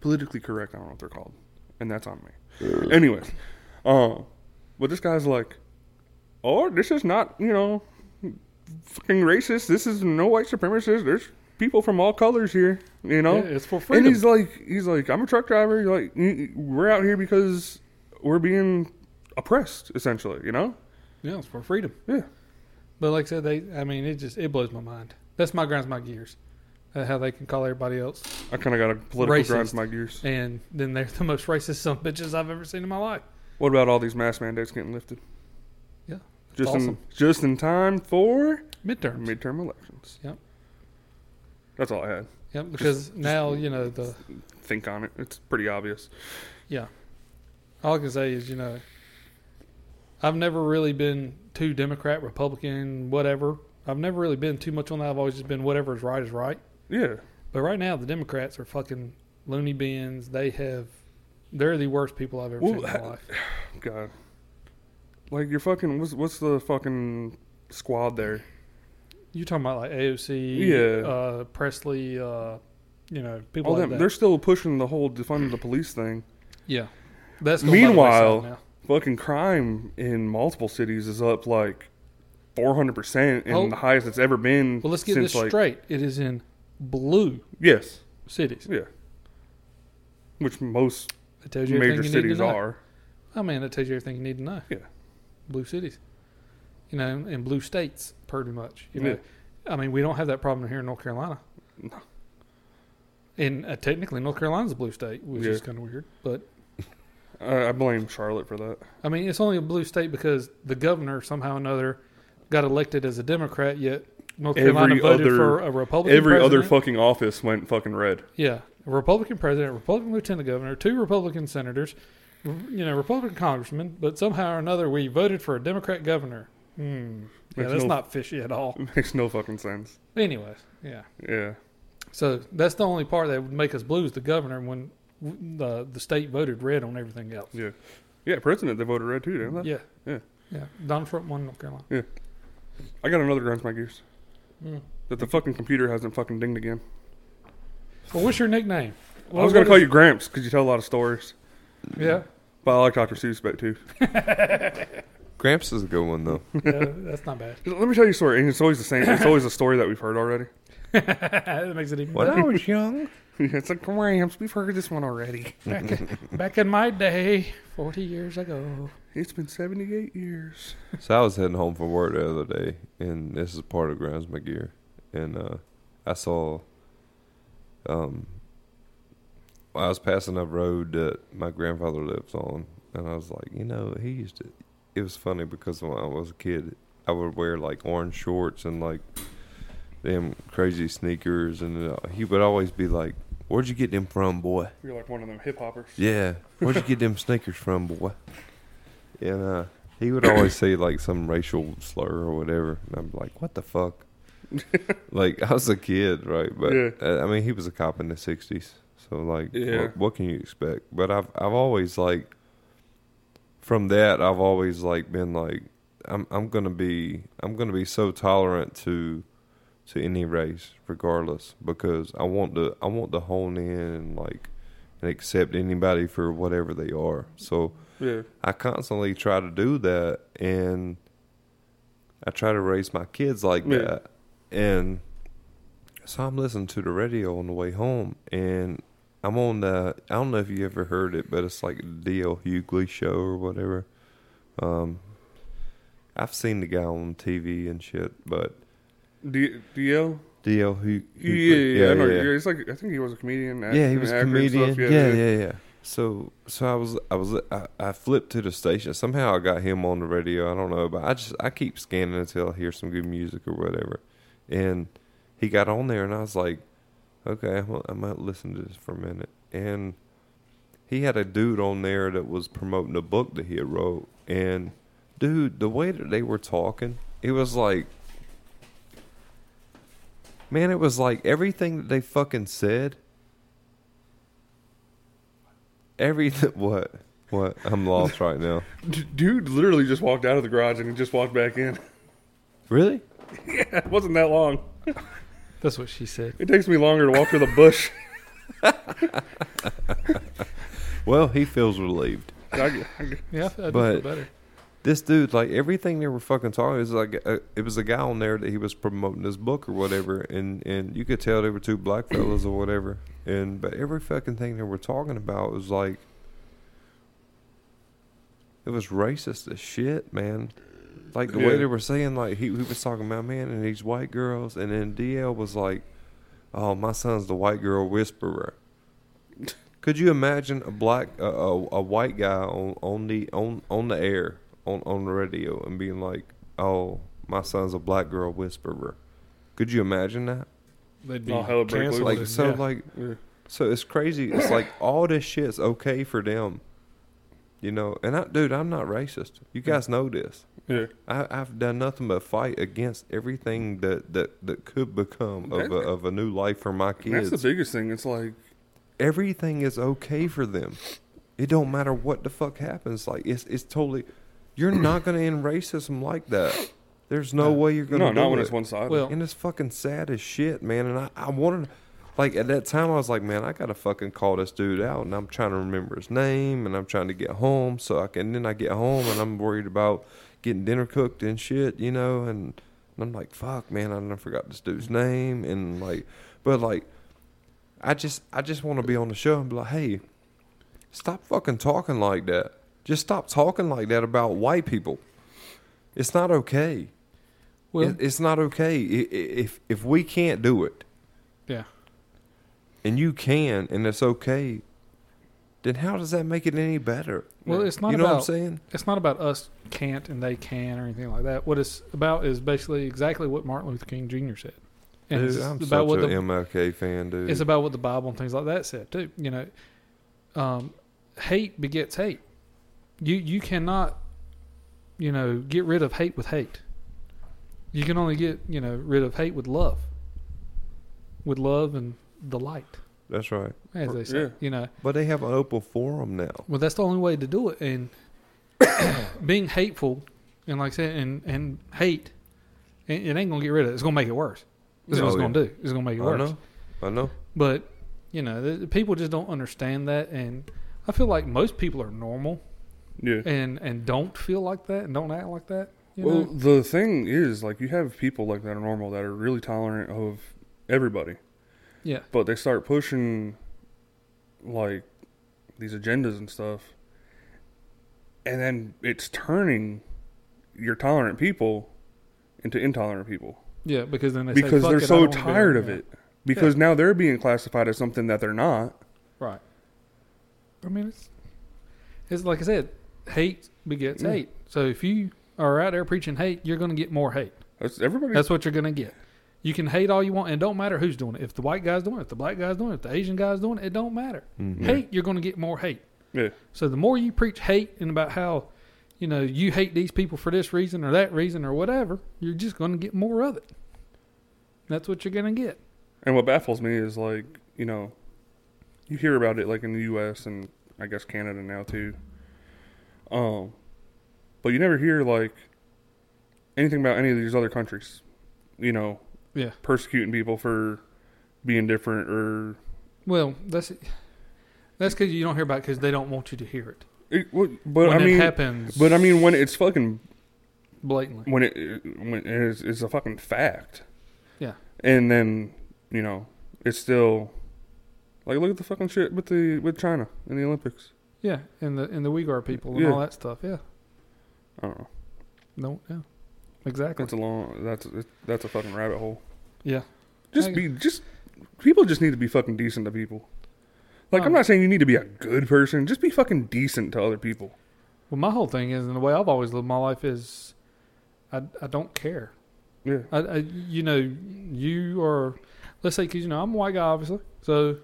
politically correct. I don't know what they're called, and that's on me. Anyways, um, but this guy's like, oh, this is not you know, fucking racist. This is no white supremacist. There's people from all colors here. You know,
Yeah, it's for
and
freedom.
he's like, he's like, I'm a truck driver. He's like, "You- we're out here because we're being oppressed, essentially. You know?
yeah, it's for freedom.
Yeah.
But like I said, they. I mean, it just it blows my mind. That's my grinds my gears. Uh, how they can call everybody else,
I kind of got a political grind
Racist.
to my gears.
and then they're the most racist some bitches I've ever seen in my life.
What about all these mask mandates getting lifted?
Yeah,
Just in
awesome.
just in time for
Midterms.
midterm elections.
Yep.
That's all I had.
yep. Because now you know the
Think on it. It's pretty obvious.
Yeah. All I can say is, you know, I've never really been too Democrat, Republican, whatever. I've never really been too much on that. I've always just been whatever is right is right.
Yeah.
But right now, the Democrats are fucking loony bins. They have, they're the worst people I've ever
Well,
seen in my
I-
life.
God. Like your fucking what's what's the fucking squad there?
You talking about like AOC,
Yeah.
uh, Presley, uh, you know, people
All
like
them.
that.
They're still pushing the whole defund the police thing.
yeah. That's going by the
Meanwhile-
wayside now.
Fucking crime in multiple cities is up like four hundred percent and
Oh.
the highest it's ever been.
well, let's get
since,
this
like-
straight. It is in blue
Yes.
cities.
Yeah. Which most
It tells you
major
everything you need
cities
to know.
are.
I mean, that tells you everything you need to know.
Yeah.
Blue cities, you know, and blue states, pretty much. You
Yeah.
know, I mean, we don't have that problem here in North Carolina.
No.
And uh, technically, North Carolina's a blue state, which
Yeah.
is kind of weird. But
I, I blame Charlotte for that.
I mean, it's only a blue state because the governor somehow or another got elected as a Democrat, yet North
Every
Carolina voted
other-
for a Republican.
Every other
president.
fucking office went fucking red.
Yeah, a Republican president, a Republican lieutenant governor, two Republican senators, r- you know, Republican congressman, but somehow or another we voted for a Democrat governor. Hmm. Yeah,
Makes
that's
no-
not fishy at all.
It makes no fucking sense.
Anyways, yeah.
Yeah.
So that's the only part that would make us blue is the governor when w- the the state voted red on everything else.
Yeah. Yeah, president, they voted red too, didn't they?
Yeah.
Yeah.
Yeah. Donald Trump won North Carolina.
I got another grunts my gears.
Mm.
That the fucking computer hasn't fucking dinged again.
Well, what's your nickname?
I was going to call you Gramps because you tell a lot of stories.
Yeah.
But I like Dr. Seuss back too.
Gramps is a good one, though.
yeah. That's not bad.
Let me tell you a story. And it's always the same. It's always a story that we've heard already.
that makes it even better.
I was young.
it's like, Gramps, we've heard this one already.
Back, back in my day, 40 years ago.
It's been 78 years.
So I was heading home from work the other day, and this is part of grounds my gear, and uh, I saw. Um, I was passing a road that my grandfather lives on, and I was like, you know, he used to. It was funny because when I was a kid, I would wear like orange shorts and like them crazy sneakers, and uh, he would always be like, "Where'd you get them from, boy?"
You're like one of them hip hoppers.
Yeah. Where'd you get them sneakers from, boy? And uh, he would always say like some racial slur or whatever, and I'm like, what the fuck? like I was a kid, right? But
Yeah.
uh, I mean, he was a cop in the '60s, so like,
Yeah.
what, what can you expect? But I've I've always like, from that, I've always like been like, I'm I'm gonna be I'm gonna be so tolerant to to any race regardless because I want to I want to hone in and like and accept anybody for whatever they are. So
Yeah.
I constantly try to do that and I try to raise my kids like
Yeah.
that. And so I'm listening to the radio on the way home and I'm on the I don't know if you ever heard it, but it's like DL Hughley show or whatever. Um I've seen the guy on TV and shit, but
D- DL?
DL Hughley.
Yeah, yeah, yeah. I know. Yeah, He's like, I think he was a comedian. act-
yeah, he
an
was a
actor and
comedian.
stuff.
yeah, yeah, yeah, So, so I was, I was, I, I flipped to the station. Somehow I got him on the radio. I don't know, but I just, I keep scanning until I hear some good music or whatever. And he got on there, and I was like, Okay, I'm, gonna- I might listen to this for a minute. And he had a dude on there that was promoting a book that he had wrote. And dude, the way that they were talking, it was like, man, it was like everything that they fucking said. Everything. What? What? I'm lost right now.
D- dude literally just walked out of the garage and he just walked back in.
Really?
it wasn't that long.
That's what she said.
It takes me longer to walk through the bush.
Well, he feels relieved.
I get- I get-
Yeah, I feel, I do
But-
feel better.
this dude, like everything they were fucking talking, it was like uh it was a guy on there that he was promoting his book or whatever, and and you could tell they were two black fellas or whatever, and but every fucking thing they were talking about was like, it was racist as shit, man. Like the way
Yeah.
they were saying, like he, he was talking about man and these white girls, and then DL was like, "Oh, my son's the white girl whisperer." Could you imagine a black a, a, a white guy on, on the on on the air on on the radio and being like, "Oh, my son's a black girl whisperer." Could you imagine that?
They'd be
All hell break
canceled.
loose.
Like
and-
so
yeah.
like
yeah.
so it's crazy. It's like all this shit's okay for them. You know, and I dude, I'm not racist.
Mm.
You guys know this.
Yeah.
I, I've done nothing but fight against everything that, that, that could become of a,
That-
of a new life for my
And That's
kids
the biggest thing. It's like
everything is okay for them. It don't matter what the fuck happens. Like it's it's totally. You're not gonna end racism like that. There's no
No.
way you're gonna.
Uh, no,
do
not when
it.
it's one sided.
Well-
And it's fucking sad as shit, man. And I I wanted, like at that time I was like, man, I gotta fucking call this dude out, and I'm trying to remember his name, and I'm trying to get home so I can. Then I get home and I'm worried about getting dinner cooked and shit, you know, and, and I'm like, fuck, man, I done forgot this dude's name, and like, but like, I just I just want to be on the show and be like, hey, stop fucking talking like that. Just stop talking like that about white people. It's not okay.
well,
It- it's not okay. I- i- If if we can't do it,
yeah.
and you can, and it's okay, then how does that make it any better?
Well, it's not
you know
about
what I'm saying.
it's not about us can't and they can or anything like that. What it's about is basically exactly what Martin Luther King Jr. said, and
Dude,
it's
I'm
about
such
what
an
the
MLK fan, dude.
it's about what the Bible and things like that said too. You know, um, hate begets hate. You you cannot, you know, get rid of hate with hate. You can only get you know rid of hate with love. With love and the light,
That's right.
as they say.
Yeah.
You know,
But they have an open forum now.
Well, that's the only way to do it. And being hateful, and like I said, and, and hate, it, it ain't going to get rid of it. It's going to make it worse. That's what
Oh,
it's
yeah.
going to do. It's going to make it
I
worse.
know. I know.
But, you know, the, the people just don't understand that. And I feel like most people are normal
yeah.
and, and don't feel like that and don't act like that. You
Well,
know?
the thing is, like, you have people like that are normal that are really tolerant of everybody,
Yeah.
but they start pushing like these agendas and stuff, and then it's turning your tolerant people into intolerant people
Yeah. Because then they say,
because
"Fuck
they're
it, I
so
don't wanna be
tired
like
of
that."
it. Because now they're being classified as something that they're not.
Right. I mean, it's it's like I said, hate begets
Yeah.
hate. So if you are out there preaching hate, you're going to get more hate.
That's everybody.
That's what you're going to get. You can hate all you want, and it don't matter who's doing it. If the white guy's doing it, if the black guy's doing it, if the Asian guy's doing it, it don't matter.
Mm-hmm.
Mhm.
Hate, you're going to get more hate.
yeah.
So the more you preach hate and about how, you know, you hate these people for this reason or that reason or whatever, you're just going to get more of it. That's what you're going to get.
And what baffles me is like, you know, you hear about it like in the US and I guess Canada now too. Um but you never hear like anything about any of these other countries, you know,
Yeah.
persecuting people for being different or
Well, that's that's because you don't hear about it because they don't want you to hear it.
it, well, but
when
I mean
it happens,
but I mean when it's fucking
blatantly.
when it when it's, it's a fucking fact.
Yeah.
And then, you know, it's still like look at the fucking shit with the with China in the Olympics.
Yeah, and the and the Uyghur people and
Yeah.
all that stuff. Yeah,
I don't know.
no, yeah, exactly.
That's a long. That's that's a fucking rabbit hole.
Yeah,
Just be just people just need to be fucking decent to people. Like I'm
Um,
not saying you need to be a good person. Just be fucking decent to other people.
Well, my whole thing is, and the way I've always lived my life is, I, I don't care.
Yeah.
I, I you know you are let's say, because you know I'm a white guy, obviously, so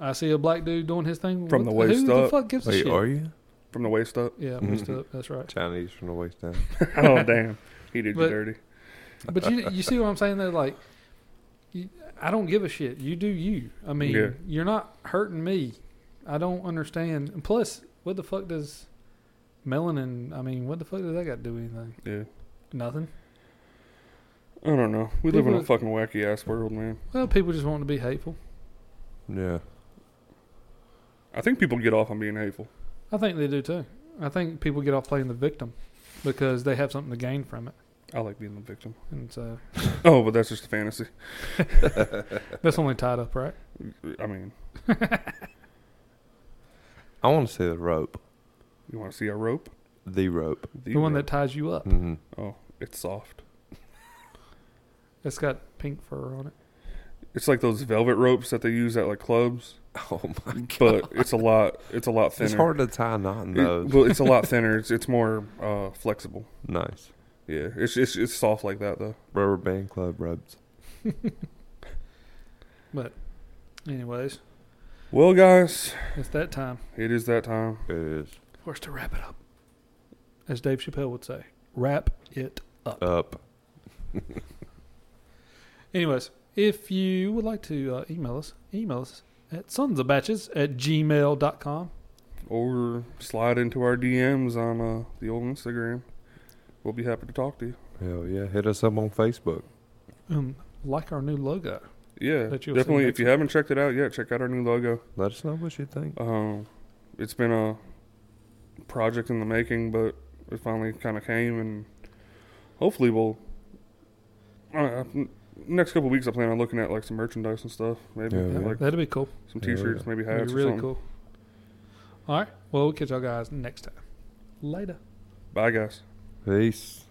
I see a black dude doing his thing
From
what
the waist
Who the
up.
fuck gives a
Wait,
shit?
are you
From the waist up.
Yeah, waist
Mhm.
up. That's right.
Chinese from the waist down?
oh damn, he did
But-
you dirty.
But you you see what I'm saying? though? like, you, I don't give a shit. You do you. I mean,
Yeah.
you're not hurting me. I don't understand. And plus, what the fuck does melanin? I mean, what the fuck does that got to do with anything?
Yeah.
Nothing.
I don't know. We live in a
People-
fucking wacky ass world, man.
Well, people just want to be hateful.
Yeah.
I think people get off on being hateful.
I think they do too. I think people get off playing the victim because they have something to gain from it,
I like being the victim.
and uh, so
Oh, but that's just a fantasy.
that's only tied up, right?
I mean,
I want to say the rope.
you want to see a rope?
The rope.
The, one that ties you up.
Mm-hmm.
Oh, it's soft.
It's got pink fur on it.
It's like those velvet ropes that they use at like clubs,
Oh my god.
but it's a lot. It's a lot thinner.
It's hard to tie a knot in
It-
those.
well, it's a lot thinner. It's it's more uh, flexible.
nice.
Yeah, it's, it's it's soft like that though.
Rubber band club ropes.
But, anyways,
Well, guys,
it's that time.
it is that time.
It is
For us to wrap it up, as Dave Chappelle would say, wrap it up.
up.
Anyways, if you would like to uh, email us, email us at sonsofbatches at gmail.com.
Or slide into our DMs on uh, the old Instagram. We'll be happy to talk to you.
Hell yeah. Hit us up on Facebook.
Um, like our new logo.
Yeah,
That you'll see
definitely.
next
If you haven't checked it out yet, check out our new logo.
Let us know what you think.
Um, it's been a project in the making, but it finally kind of came, and hopefully we'll. Uh, next couple weeks, I plan on looking at like some merchandise and stuff. Maybe
Yeah,
Yeah,
yeah.
like
that'd be cool.
some
Yeah,
T-shirts,
yeah.
maybe
That'd
hats.
be
or
really
something.
cool. All right. Well, we'll catch y'all guys next time. Later.
Bye, guys.
Peace.